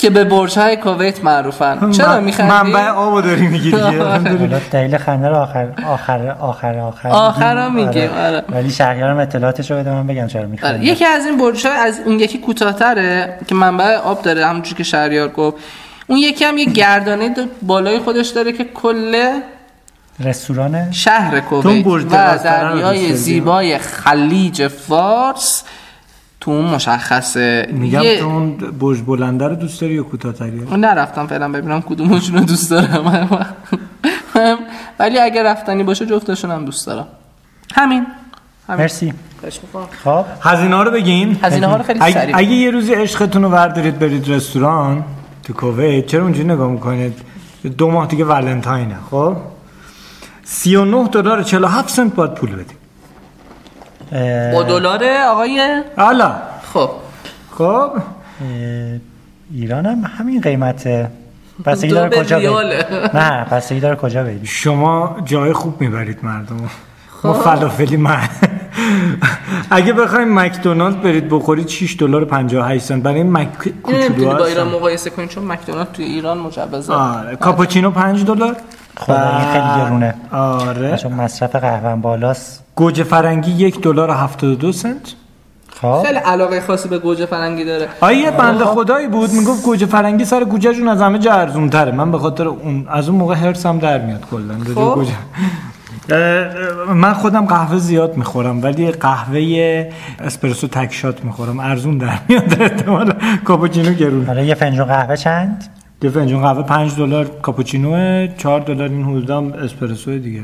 Speaker 2: که به برج های کویت معروفن چرا
Speaker 1: من-
Speaker 2: میخندی؟ آره.
Speaker 1: منبع آبو داری میگی
Speaker 2: <laughs>
Speaker 1: دیگه
Speaker 3: حالا دلیل خنده رو آخر آخر آخر آخر
Speaker 2: آخر رو
Speaker 3: میگیم.
Speaker 2: میگیم، آره.
Speaker 3: ولی شهریارم اطلاعاتش رو بده من بگم چرا
Speaker 2: آره.
Speaker 3: میخوام
Speaker 2: یکی از این برج از اون یکی کوتاهتره که منبع آب داره همونجور که شهریار گفت اون یکی هم یه گردانه دو- بالای خودش داره که کل
Speaker 3: رستوران
Speaker 2: شهر
Speaker 1: تون
Speaker 2: کویت
Speaker 1: برج
Speaker 2: و
Speaker 1: دراستانه رو دوست
Speaker 2: دریای
Speaker 1: داری؟
Speaker 2: زیبای خلیج فارس تو اون مشخصه
Speaker 1: میگم
Speaker 2: یه-
Speaker 1: تو اون برج بلنده رو دوست داری یا کوتاه‌تری
Speaker 2: من نرفتم فعلا ببینم کدومشون رو دوست دارم ولی اگه رفتنی باشه جفتشون هم دوست دارم همین همین.
Speaker 3: مرسی
Speaker 2: خواهش می‌کنم.
Speaker 3: خب
Speaker 1: هزینه ها رو بگیم
Speaker 2: هزینه ها رو خیلی
Speaker 1: اگه,
Speaker 2: سریع
Speaker 1: اگه یه روزی عشقتون رو وردارید برید رستوران تو کویت چرا اونجوری نگاه میکنید دو ماه دیگه ولنتاینه خب 39 دلار و 47 سنت باید پول بدیم
Speaker 3: اه،
Speaker 2: با دلار آقای
Speaker 1: حالا
Speaker 2: خب
Speaker 1: خب
Speaker 3: اه، ایران هم همین قیمته پس
Speaker 2: دو
Speaker 3: داره
Speaker 2: به
Speaker 3: کجا
Speaker 2: ریاله.
Speaker 3: بری نه پس داره کجا بری
Speaker 1: شما جای خوب میبرید مردم رو.
Speaker 2: خب.
Speaker 1: ما فلافلی من اگه بخوایم مکدونالد برید بخورید 6 دلار و 58 سنت برای این مک
Speaker 2: نمیتونی
Speaker 1: کوچولو
Speaker 2: با ایران مقایسه کنی چون مکدونالد توی ایران مجوز
Speaker 1: آره کاپوچینو 5 دلار
Speaker 3: خدا، خب، این خیلی گرونه.
Speaker 1: آره
Speaker 3: چون مصرف قهوه هم بالاست
Speaker 1: گوجه فرنگی یک دلار و 72 سنت
Speaker 3: خب
Speaker 2: خیلی علاقه خاصی به گوجه فرنگی داره
Speaker 1: آیا یه بنده خدایی بود میگفت گوجه فرنگی سر گوجه جون از همه جا ارزون تره من به خاطر اون از اون موقع هرسم در میاد کلا راجع به
Speaker 2: خب.
Speaker 1: گوجه اه، اه، من خودم قهوه زیاد میخورم ولی قهوه اسپرسو تک شات میخورم ارزون در میاد احتمال کاپوچینو گرون
Speaker 3: حالا یه فنجون قهوه چند
Speaker 1: یه فنجون قهوه 5 دلار کاپوچینو 4 دلار این حدودم اسپرسو دیگه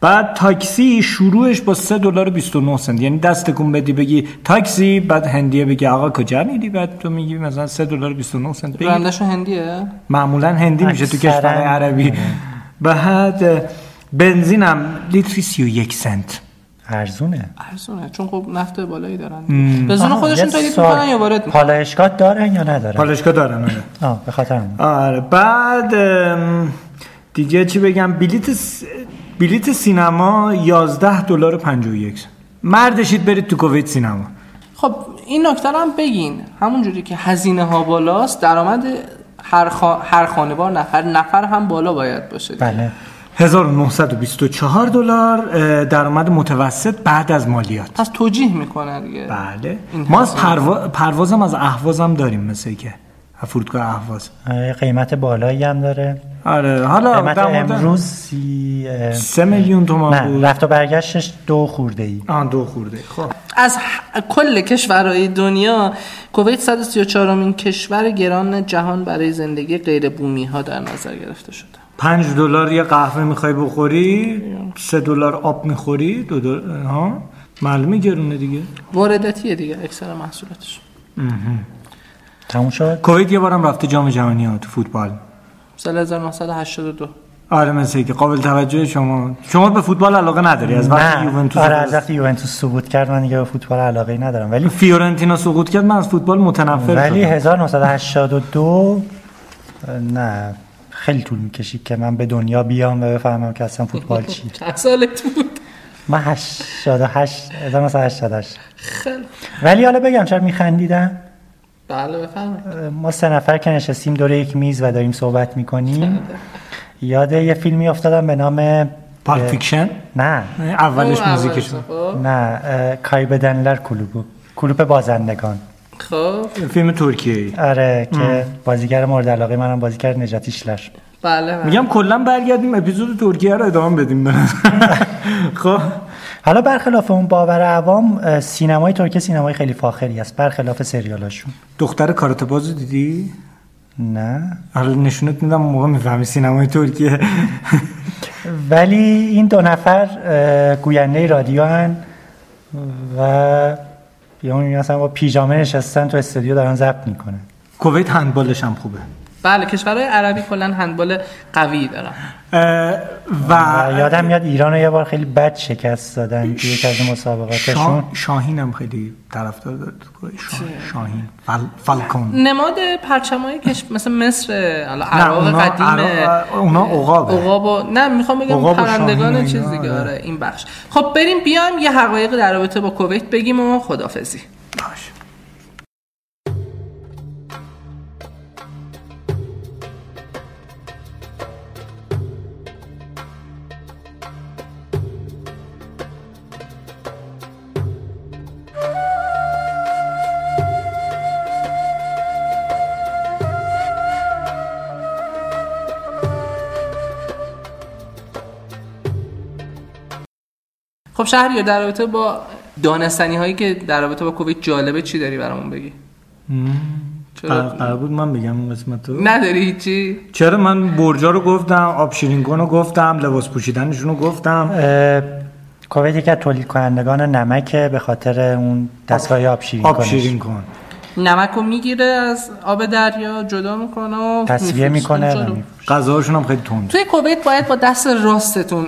Speaker 1: بعد تاکسی شروعش با 3 دلار و 29 سنت یعنی دست تکون بدی بگی تاکسی بعد هندیه بگی آقا کجا میری بعد تو میگی مثلا 3 دلار و 29 سنت بگی
Speaker 2: رندشون هندیه
Speaker 1: معمولا هندی میشه تو
Speaker 3: اکثراً.
Speaker 1: کشورهای عربی بعد بنزینم لیتری 31 سنت
Speaker 3: ارزونه
Speaker 2: ارزونه چون خب نفت بالایی دارن به زور
Speaker 3: آها،
Speaker 2: خودشون
Speaker 3: یه
Speaker 2: تولید
Speaker 3: سال.
Speaker 2: میکنن یا وارد میکنن
Speaker 3: پالایشگاه دارن یا ندارن
Speaker 1: پالشگاه دارن آره.
Speaker 3: آه به خاطر همون.
Speaker 1: آره بعد ام، دیگه چی بگم بلیت س... بلیت سینما 11 دلار و 51 سنت مردشید برید تو کویت سینما
Speaker 2: خب این نکته رو هم بگین همون جوری که هزینه ها بالاست درآمد هر, خا... هر خانوار نفر نفر هم بالا باید باشه
Speaker 3: بله
Speaker 1: 1924 دلار اه، درآمد متوسط بعد از مالیات
Speaker 2: پس توجیه میکنه دیگه
Speaker 1: بله
Speaker 2: این
Speaker 1: ما
Speaker 2: هست.
Speaker 1: از پروا- پروازم از اهوازم داریم مثل که فرودگاه اهواز
Speaker 3: آه، قیمت بالایی هم داره
Speaker 1: آره حالا
Speaker 3: قیمت
Speaker 1: در مورد-
Speaker 3: امروز سی اه،
Speaker 1: سه میلیون تومان
Speaker 3: نه
Speaker 1: بود
Speaker 3: رفت و برگشتش دو خورده ای
Speaker 1: آن دو خورده خب
Speaker 2: از ه- کل کشورهای دنیا کویت 134 امین کشور گران جهان برای زندگی غیر بومی ها در نظر گرفته شده
Speaker 1: پنج دلار یه قهوه میخوای بخوری سه دلار آب میخوری دو دلار ها معلومه گرونه دیگه
Speaker 2: واردتیه دیگه اکثر محصولاتش
Speaker 3: تموم شد
Speaker 1: کویت یه بارم رفته جام جهانی ها تو فوتبال
Speaker 2: سال 1982
Speaker 1: آره مثل که قابل توجه شما شما به فوتبال علاقه نداری از وقتی یوونتوس
Speaker 3: آره از
Speaker 1: از
Speaker 3: وقتی یوونتوس سقوط کرد من دیگه به فوتبال علاقه ای ندارم ولی
Speaker 1: فیورنتینا سقوط کرد من از فوتبال متنفر
Speaker 3: ولی
Speaker 1: شدم
Speaker 3: 1982 اه، نه خیلی طول میکشید که من به دنیا بیام و بفهمم که اصلا فوتبال
Speaker 1: <laughs>
Speaker 3: چیه
Speaker 2: چند سالت بود
Speaker 3: من 88 1988
Speaker 2: خیلی
Speaker 3: ولی حالا بگم چرا میخندیدم
Speaker 2: بله بفرمایید
Speaker 3: ما سه نفر که نشستیم دور یک میز و داریم صحبت میکنیم یاد یه فیلمی افتادم به نام
Speaker 1: پالپ فیکشن
Speaker 3: نه
Speaker 1: اولش
Speaker 2: اون
Speaker 1: موزیکش
Speaker 2: اولشه، خب.
Speaker 3: نه اه، کایبدنلر کلوبو کلوب بازندگان
Speaker 2: خب
Speaker 1: فیلم ترکیه ای
Speaker 3: آره که بازیگر مورد علاقه منم بازیگر نجاتی شلر
Speaker 2: بله بله.
Speaker 1: میگم کلا برگردیم اپیزود ترکیه رو ادامه بدیم به نظر. <laughs> خب
Speaker 3: حالا برخلاف اون باور عوام اه، سینمای ترکیه سینمای خیلی فاخری است برخلاف سریالاشون
Speaker 1: دختر کارات بازو دیدی
Speaker 3: نه
Speaker 1: حالا آره، نشونت میدم اون موقع میفهمی سینمای ترکیه
Speaker 3: ولی این دو نفر اه، گوینده رادیو هن و یا اون مثلا با پیژامه نشستن تو استودیو دارن ضبط میکنن
Speaker 1: کویت هندبالش هم خوبه
Speaker 2: بله کشورهای عربی کلا هندبال قوی دارن
Speaker 1: اه،
Speaker 3: و
Speaker 1: و
Speaker 3: یادم میاد ایران رو یه بار خیلی بد شکست دادن توی یک از مسابقاتشون
Speaker 1: شاه... شاهین هم خیلی طرفدار داد شاه... شاهین فال... فالکون
Speaker 2: نماد پرچمای کش مثل مصر حالا
Speaker 1: نه،
Speaker 2: عراق
Speaker 1: اونا
Speaker 2: قدیم
Speaker 1: عراق- اونا عقابه.
Speaker 2: عقابو- نه میخوام بگم
Speaker 1: عقاب و
Speaker 2: پرندگان
Speaker 1: شاهین و
Speaker 2: چیز
Speaker 1: اینا،
Speaker 2: دیگه
Speaker 1: آره.
Speaker 2: آره این بخش خب بریم بیایم یه حقایق در رابطه با کویت بگیم و خدافزی
Speaker 1: باشه.
Speaker 2: خب شهر یا در رابطه با دانستنی هایی که در رابطه با کووید جالبه چی داری برامون بگی
Speaker 1: قرار
Speaker 2: چرا
Speaker 1: قرار بود من بگم اون قسمت رو
Speaker 2: نداری هیچی
Speaker 1: چرا من برجا رو گفتم آب شیرینگون رو گفتم لباس پوشیدنشون رو گفتم
Speaker 3: اه، کویت یکی از تولید کنندگان نمکه به خاطر اون دستگاه آب شیرین
Speaker 1: آب
Speaker 3: کنش.
Speaker 1: شیرین کن
Speaker 2: نمک رو میگیره از آب دریا جدا میکنه و
Speaker 3: تصفیه
Speaker 2: می‌فرسته
Speaker 3: میکنه
Speaker 2: جلو.
Speaker 3: و می-
Speaker 1: غذاهاشون هم خیلی تند
Speaker 2: توی کویت باید با دست راستتون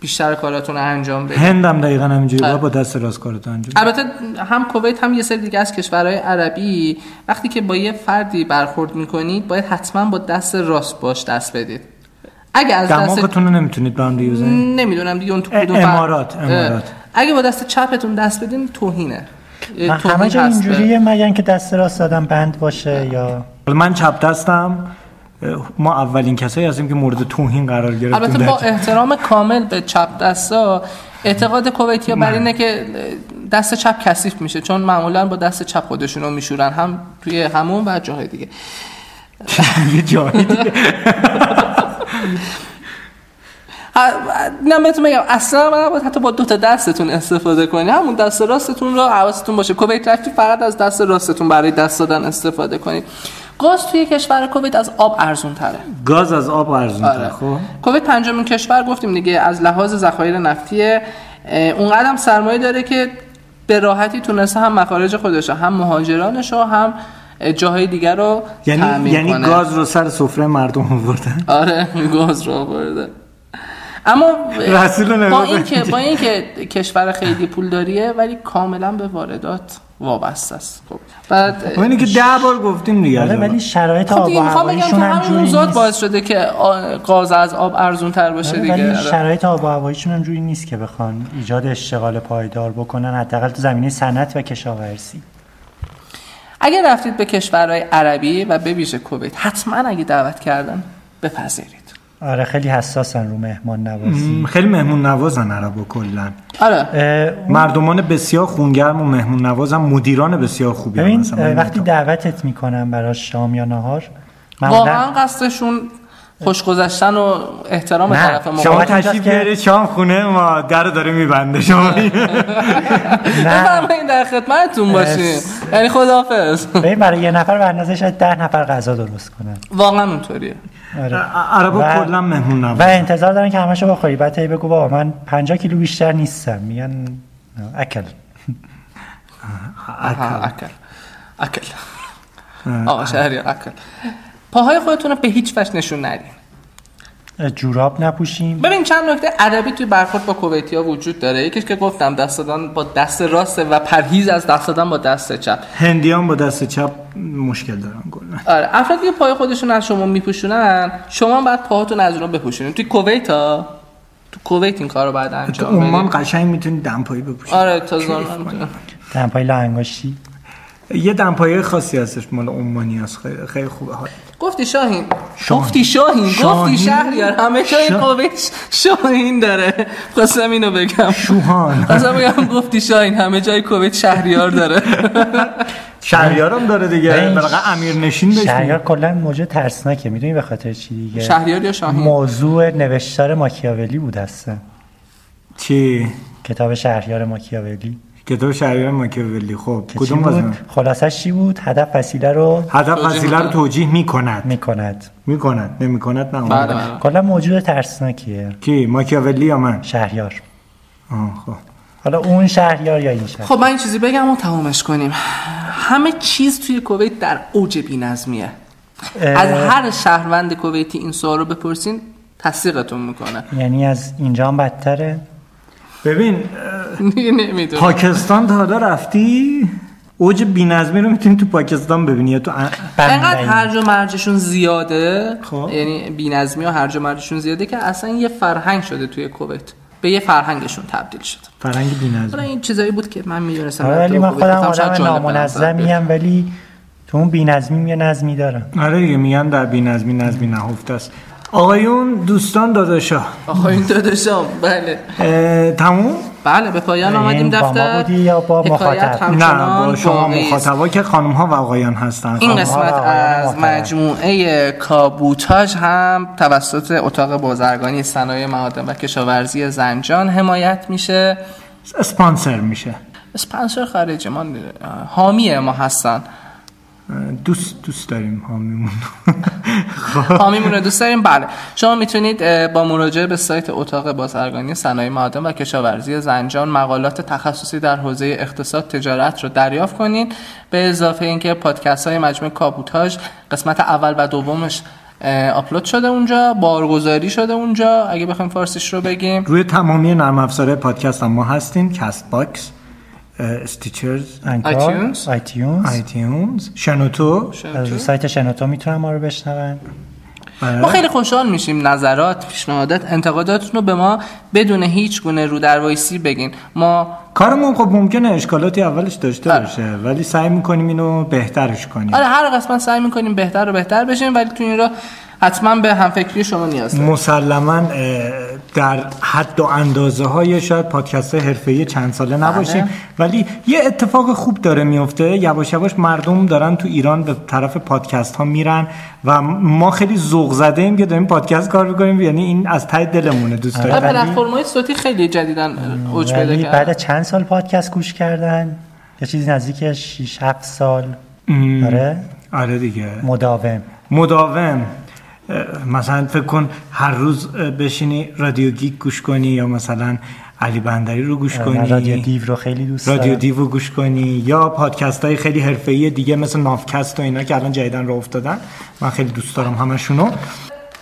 Speaker 2: بیشتر کاراتون رو انجام بدید
Speaker 1: هندم دقیقا همینجوری
Speaker 2: آره.
Speaker 1: با دست راست کارتو انجام
Speaker 2: البته هم کویت هم یه سری دیگه از کشورهای عربی وقتی که با یه فردی برخورد میکنید باید حتما با دست راست باش دست بدید اگه از دست
Speaker 1: دماغتون رو نمیتونید به هم دیگه بزنید
Speaker 2: نمیدونم دیگه اون تو
Speaker 1: اه،
Speaker 2: کدوم بر-
Speaker 1: امارات، امارات.
Speaker 2: اه، اگه با دست چپتون دست بدین توهینه اه،
Speaker 3: من
Speaker 2: توهین
Speaker 3: همه جا
Speaker 2: هست به-
Speaker 3: اینجوریه مگر اینکه دست راست دادم بند باشه یا
Speaker 1: حالا من چپ دستم اه، ما اولین کسایی هستیم که مورد توهین قرار گرفتیم
Speaker 2: البته با
Speaker 1: در-
Speaker 2: احترام کامل به چپ دستا اعتقاد کویتیا بر اینه که دست چپ کثیف میشه چون معمولا با دست چپ خودشون رو میشورن هم توی همون و جاهای دیگه
Speaker 1: <laughs> یه جایی دیگه.
Speaker 2: ه- نه بهتون بگم اصلا من نباید حتی با دو تا دستتون استفاده کنید همون دست راستتون رو حواستون باشه کویت رفتی فقط از دست راستتون برای دست دادن استفاده کنید گاز توی کشور کویت از آب ارزون تره
Speaker 1: گاز از آب ارزون
Speaker 2: آره.
Speaker 1: خب
Speaker 2: کویت پنجمین کشور گفتیم دیگه از لحاظ ذخایر نفتیه اه، اونقدر هم سرمایه داره که به راحتی تونسته هم مخارج خودش رو، هم مهاجرانش رو، هم اه، جاهای دیگر رو
Speaker 1: یعنی
Speaker 2: تأمین
Speaker 1: یعنی
Speaker 2: کنه.
Speaker 1: گاز رو سر سفره مردم آوردن
Speaker 2: آره گاز رو آورده اما
Speaker 1: رسول نگاه
Speaker 2: با اینکه
Speaker 1: کنید.
Speaker 2: با اینکه کشور خیلی پول داریه ولی کاملا به واردات وابسته است خب بعد
Speaker 1: و اینی که ده بار گفتیم دیگه
Speaker 3: آره،
Speaker 1: الان.
Speaker 3: ولی شرایط
Speaker 2: خب
Speaker 3: آب و
Speaker 2: دیگه میخوام بگم که
Speaker 3: هواییشون هم
Speaker 2: همین
Speaker 3: جوری
Speaker 2: اون ذات
Speaker 3: نیست
Speaker 2: باعث شده که آ، گاز از آب ارزون تر باشه
Speaker 3: آره،
Speaker 2: دیگه
Speaker 3: ولی
Speaker 2: آره.
Speaker 3: شرایط آب و هواییشون هم جوری نیست که بخوان ایجاد اشتغال پایدار بکنن حداقل تو زمینه صنعت و کشاورزی
Speaker 2: اگر رفتید به کشورهای عربی و به ویژه کویت حتما اگه دعوت کردن بپذیرید
Speaker 3: آره خیلی حساسن رو مهمان نوازی
Speaker 1: م، خیلی مهمون نوازن عربا کلا
Speaker 2: آره
Speaker 3: اه،
Speaker 1: مردمان بسیار خونگرم و مهمون نوازن مدیران بسیار خوبی هم
Speaker 3: ببین
Speaker 1: هستن.
Speaker 3: اه،
Speaker 1: من
Speaker 3: وقتی
Speaker 1: نمی‌تونم.
Speaker 3: دعوتت میکنم برای شام یا نهار
Speaker 2: واقعا قصدشون خوشگذشتن و احترام
Speaker 3: نه،
Speaker 2: طرف مقابل
Speaker 1: شما
Speaker 3: بابت اینجاست
Speaker 1: تشریف
Speaker 3: که-
Speaker 1: بیارید شام خونه ما در رو داره میبنده
Speaker 3: <laughs>
Speaker 1: شما
Speaker 3: نه
Speaker 2: بفرمایید در خدمتتون باشیم
Speaker 3: بس.
Speaker 2: یعنی خداحافظ
Speaker 3: ببین برای یه نفر به اندازه شاید ده نفر غذا درست کنن
Speaker 2: واقعا اونطوریه
Speaker 3: آره.
Speaker 1: عربا
Speaker 3: و-
Speaker 1: کلا مهمون
Speaker 3: و
Speaker 1: نوازن
Speaker 3: انتظار دارن که همشو بخوری بعد هی بگو بابا من 50 کیلو بیشتر نیستم میگن نه، اکل
Speaker 2: آها، اکل اکل آقا شهریار اکل پاهای خودتون رو به هیچ وجه نشون ندین
Speaker 3: اه، جوراب نپوشیم
Speaker 2: ببین چند نکته ادبی توی برخورد با کویتیا وجود داره یکیش که گفتم دست دادن با دست راست و پرهیز از دست دادن با دست چپ
Speaker 1: هندیان با دست چپ مشکل دارن کلا
Speaker 2: آره افرادی که پای خودشون از شما میپوشونن شما هم باید پاهاتون از اونا بپوشونید توی کویت ها تو کویت این کار رو باید
Speaker 1: تو
Speaker 2: انجام
Speaker 1: عمان
Speaker 2: بدید
Speaker 1: قشنگ میتونی دمپایی بپوشی
Speaker 2: آره تا زمان
Speaker 3: تنپایی لانگاشتی
Speaker 1: یه دمپایی خاصی هستش مال عمانی هست خیلی, خیلی خوبه حال
Speaker 2: گفتی شاهین
Speaker 1: شاهین.
Speaker 2: گفتی شاهین
Speaker 1: شاهین.
Speaker 2: گفتی شهریار همه جای
Speaker 1: شا-
Speaker 2: کویت شاهین داره خواستم اینو بگم
Speaker 1: شوهان
Speaker 2: خواستم بگم گفتی شاهین همه جای کویت شهریار
Speaker 1: <laughs>
Speaker 2: داره
Speaker 1: شهریارم داره دیگه
Speaker 3: این
Speaker 1: بلقه امیر نشین
Speaker 3: شهریار
Speaker 1: بشین
Speaker 3: کلا موجه ترسناکه میدونی به خاطر چی دیگه
Speaker 2: شهریار یا شاهین
Speaker 3: موضوع نوشتار ماکیاولی بود هستن
Speaker 1: چی؟
Speaker 3: کتاب شهریار ماکیاولی
Speaker 1: کتاب شهریار ماکیاولی خب
Speaker 3: که چی
Speaker 1: کدوم
Speaker 3: بود
Speaker 1: قسمت؟
Speaker 3: خلاصش چی بود هدف وسیله رو
Speaker 1: هدف
Speaker 2: توجیه
Speaker 1: وسیله رو
Speaker 2: می‌کنه.
Speaker 1: توجیه میکند
Speaker 3: میکند
Speaker 1: میکند نمیکند نه
Speaker 2: بله
Speaker 1: آماده.
Speaker 2: بله.
Speaker 3: کلا موجود ترسناکیه
Speaker 1: کی ماکیاولی یا من
Speaker 3: شهریار
Speaker 1: آه، خب
Speaker 3: حالا اون شهریار یا این شهر
Speaker 2: خب من این چیزی بگم و تمامش کنیم همه چیز توی کویت در اوج بی‌نظمیه از هر شهروند کویتی این سوال رو بپرسین تصدیقتون میکنه
Speaker 3: یعنی از اینجا هم بدتره
Speaker 1: ببین اه،
Speaker 2: دیگه نمیدونم
Speaker 3: خب،
Speaker 1: پاکستان تا حالا رفتی اوج بی‌نظمی رو میتونی تو پاکستان ببینی یا تو ا-
Speaker 2: انقدر هرج و مرجشون زیاده
Speaker 1: خب.
Speaker 2: یعنی بی‌نظمی و هرج و مرجشون زیاده که اصلا یه فرهنگ شده توی کویت به یه فرهنگشون تبدیل شد
Speaker 1: فرنگ
Speaker 2: حالا
Speaker 1: بی‌نظمی
Speaker 2: این چیزایی بود که من میدونستم
Speaker 3: آره، ولی من خودم آدم نامنظمی هم ولی تو اون بینظمیم یه نظمی دارم
Speaker 1: آره دیگه میگن در بی‌نظمی نظمی نهفته است آقایون دوستان داداشا
Speaker 2: آخوین داداشم بله
Speaker 1: اه، تموم
Speaker 2: بله به پایان
Speaker 3: یعنی
Speaker 2: آمدیم
Speaker 3: با ما
Speaker 2: دفتر
Speaker 3: بودی یا با
Speaker 2: حکایت
Speaker 3: مخاطب؟
Speaker 2: همچنان
Speaker 1: نه با شما
Speaker 2: باقی است.
Speaker 1: مخاطبا که خانم ها و آقایان هستن خب،
Speaker 2: این
Speaker 1: خانم-
Speaker 2: قسمت
Speaker 3: آقایان
Speaker 2: از
Speaker 3: محترم.
Speaker 2: مجموعه کابوتاژ هم توسط اتاق بازرگانی صنایع معادن و کشاورزی زنجان حمایت میشه
Speaker 1: اسپانسر میشه
Speaker 2: اسپانسر خارجی ما حامی ما هستن
Speaker 1: اه، دوست دوست داریم حامیمون
Speaker 2: حامیمون رو دوست داریم بله شما میتونید اه، با مراجعه به سایت اتاق بازرگانی صنایع معادن و کشاورزی زنجان مقالات تخصصی در حوزه اقتصاد تجارت رو دریافت کنید به اضافه اینکه پادکست های مجموعه کابوتاژ قسمت اول و دومش اه، آپلود شده اونجا بارگذاری شده اونجا اگه بخوایم فارسیش رو بگیم
Speaker 1: <laughs> روی تمامی نرم افزار پادکست هم ما هستیم کست باکس اه، استیچرز
Speaker 3: انکار
Speaker 2: iTunes.
Speaker 3: آیتیونز
Speaker 1: آیتیونز شنوتو
Speaker 3: از سایت شنوتو میتونن ما رو بشنون
Speaker 1: آره.
Speaker 2: ما خیلی خوشحال میشیم نظرات پیشنهادات انتقاداتتون رو به ما بدون هیچ گونه رو در وایسی بگین ما
Speaker 1: کارمون خب ممکنه اشکالاتی اولش داشته
Speaker 2: آره.
Speaker 1: باشه ولی سعی میکنیم اینو بهترش کنیم
Speaker 2: آره هر قسمت سعی میکنیم بهتر و بهتر بشیم ولی تو این را حتما به همفکری شما نیاز داریم
Speaker 1: مسلما اه، در حد و اندازه های شاید پادکست حرفه‌ای چند ساله نباشیم ولی یه اتفاق خوب داره میفته یواش یواش مردم دارن تو ایران به طرف پادکست ها میرن و ما خیلی ذوق زده ایم که داریم پادکست کار میکنیم یعنی این از ته دلمونه دوست
Speaker 2: و
Speaker 1: داریم
Speaker 2: پلتفرم های آره، صوتی خیلی جدیدن اوج پیدا
Speaker 3: ولی
Speaker 2: کرد
Speaker 3: بعد چند سال پادکست گوش کردن یه چیزی نزدیک 6 7 سال
Speaker 1: ام.
Speaker 3: آره
Speaker 1: آره دیگه
Speaker 3: مداوم
Speaker 1: مداوم اه، مثلا فکر کن هر روز اه، بشینی رادیو گیک گوش کنی یا مثلا علی بندری رو گوش
Speaker 3: من
Speaker 1: کنی
Speaker 3: آره، رادیو دیو رو خیلی دوست دارم
Speaker 1: رادیو دیو رو گوش کنی یا پادکست های خیلی حرفه‌ای دیگه مثل نافکست و اینا که الان جدیدن رو افتادن من خیلی دوست دارم همشونو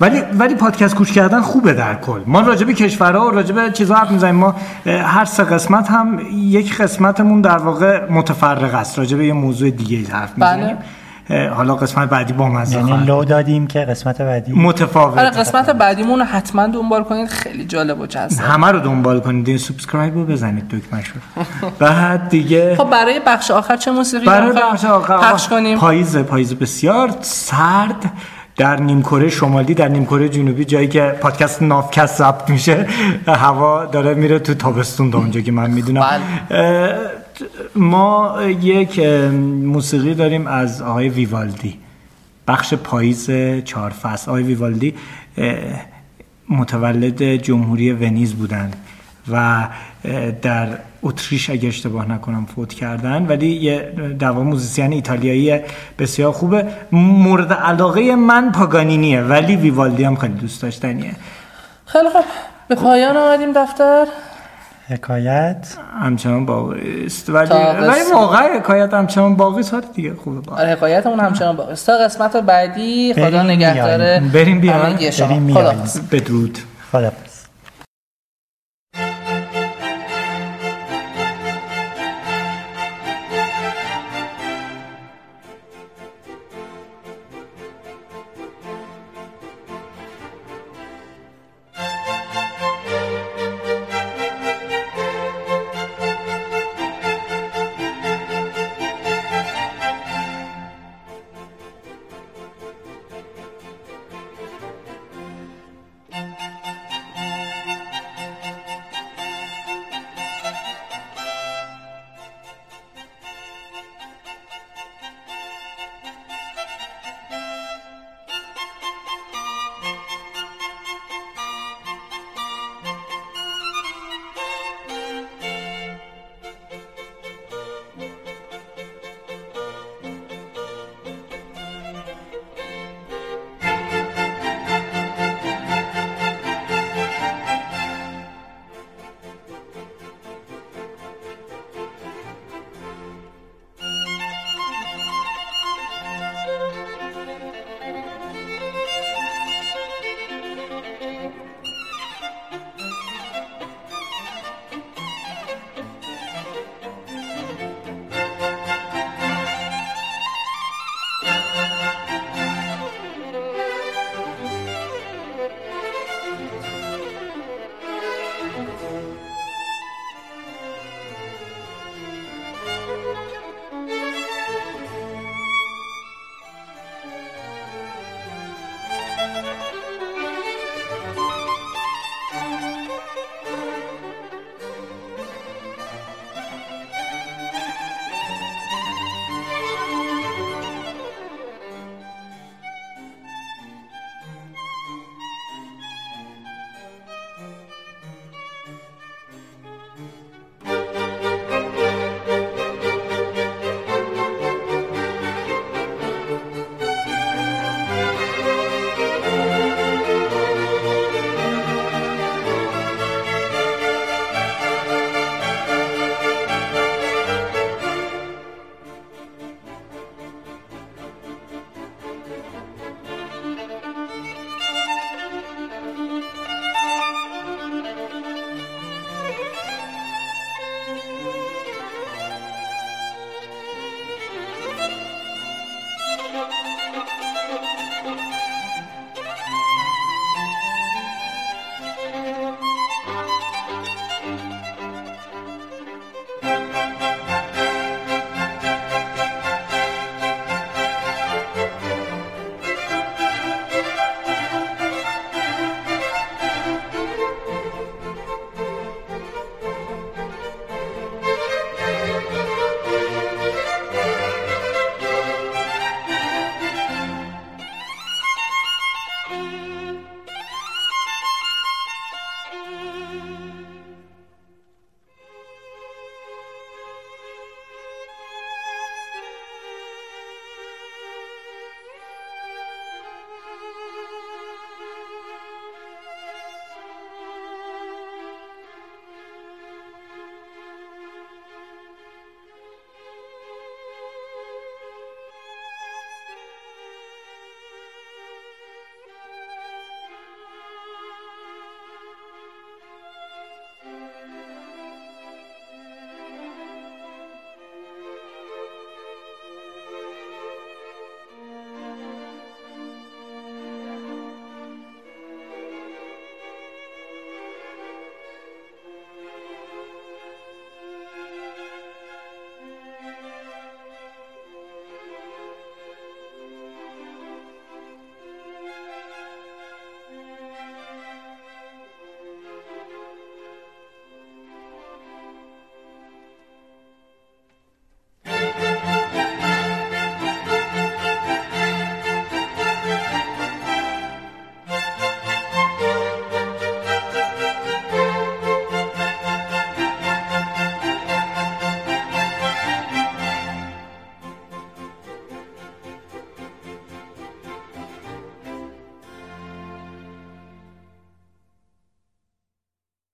Speaker 1: ولی ولی پادکست گوش کردن خوبه در کل ما راجع به کشورها و راجع به چیزا حرف می‌زنیم ما اه، هر سه قسمت هم یک قسمتمون در واقع متفرق است راجع به یه موضوع دیگه حرف
Speaker 2: بله.
Speaker 1: می‌زنیم اه، حالا قسمت بعدی با مزه
Speaker 3: یعنی
Speaker 1: خواهد
Speaker 3: لو دادیم که قسمت بعدی
Speaker 2: آره
Speaker 1: متفاوت
Speaker 2: قسمت بعدیمون رو حتما دنبال کنید خیلی جالب و جذاب
Speaker 1: همه رو دنبال کنید این سابسکرایب رو بزنید دکمهش رو بعد دیگه
Speaker 2: خب برای بخش آخر چه موسیقی
Speaker 1: برای
Speaker 2: می‌خوایم
Speaker 1: بخش آقا
Speaker 2: پخش کنیم
Speaker 1: پاییز پاییز بسیار سرد در نیمکره شمالی در نیمکره جنوبی جایی که پادکست نافکست ضبط میشه هوا داره میره تو تابستون تا اونجا که من میدونم ما یک اه، موسیقی داریم از آقای ویوالدی بخش پاییز چهار فصل آقای ویوالدی اه، متولد جمهوری ونیز بودند و اه، در اتریش اگه اشتباه نکنم فوت کردن ولی یه در واقع موزیسین ایتالیایی بسیار خوبه مورد علاقه من پاگانینیه ولی ویوالدی هم خیلی دوست داشتنیه
Speaker 2: خیلی خب به پایان آمدیم دفتر
Speaker 3: حکایت
Speaker 1: همچنان باقی است ولی,
Speaker 2: تا
Speaker 1: ولی
Speaker 2: قسمت-
Speaker 1: واقعا حکایت همچنان باقی است آره دیگه خوبه باقی.
Speaker 2: آره حکایتمون همچنان باقی است. تا قسمت بعدی خدا
Speaker 3: بریم
Speaker 2: نگهداره
Speaker 1: بیاییم. بریم بیاییم.
Speaker 2: همگی شما.
Speaker 3: بریم
Speaker 2: خدا
Speaker 3: بیاییم.
Speaker 2: حافظ.
Speaker 1: بدرود
Speaker 3: خدافظ
Speaker 5: Thank you.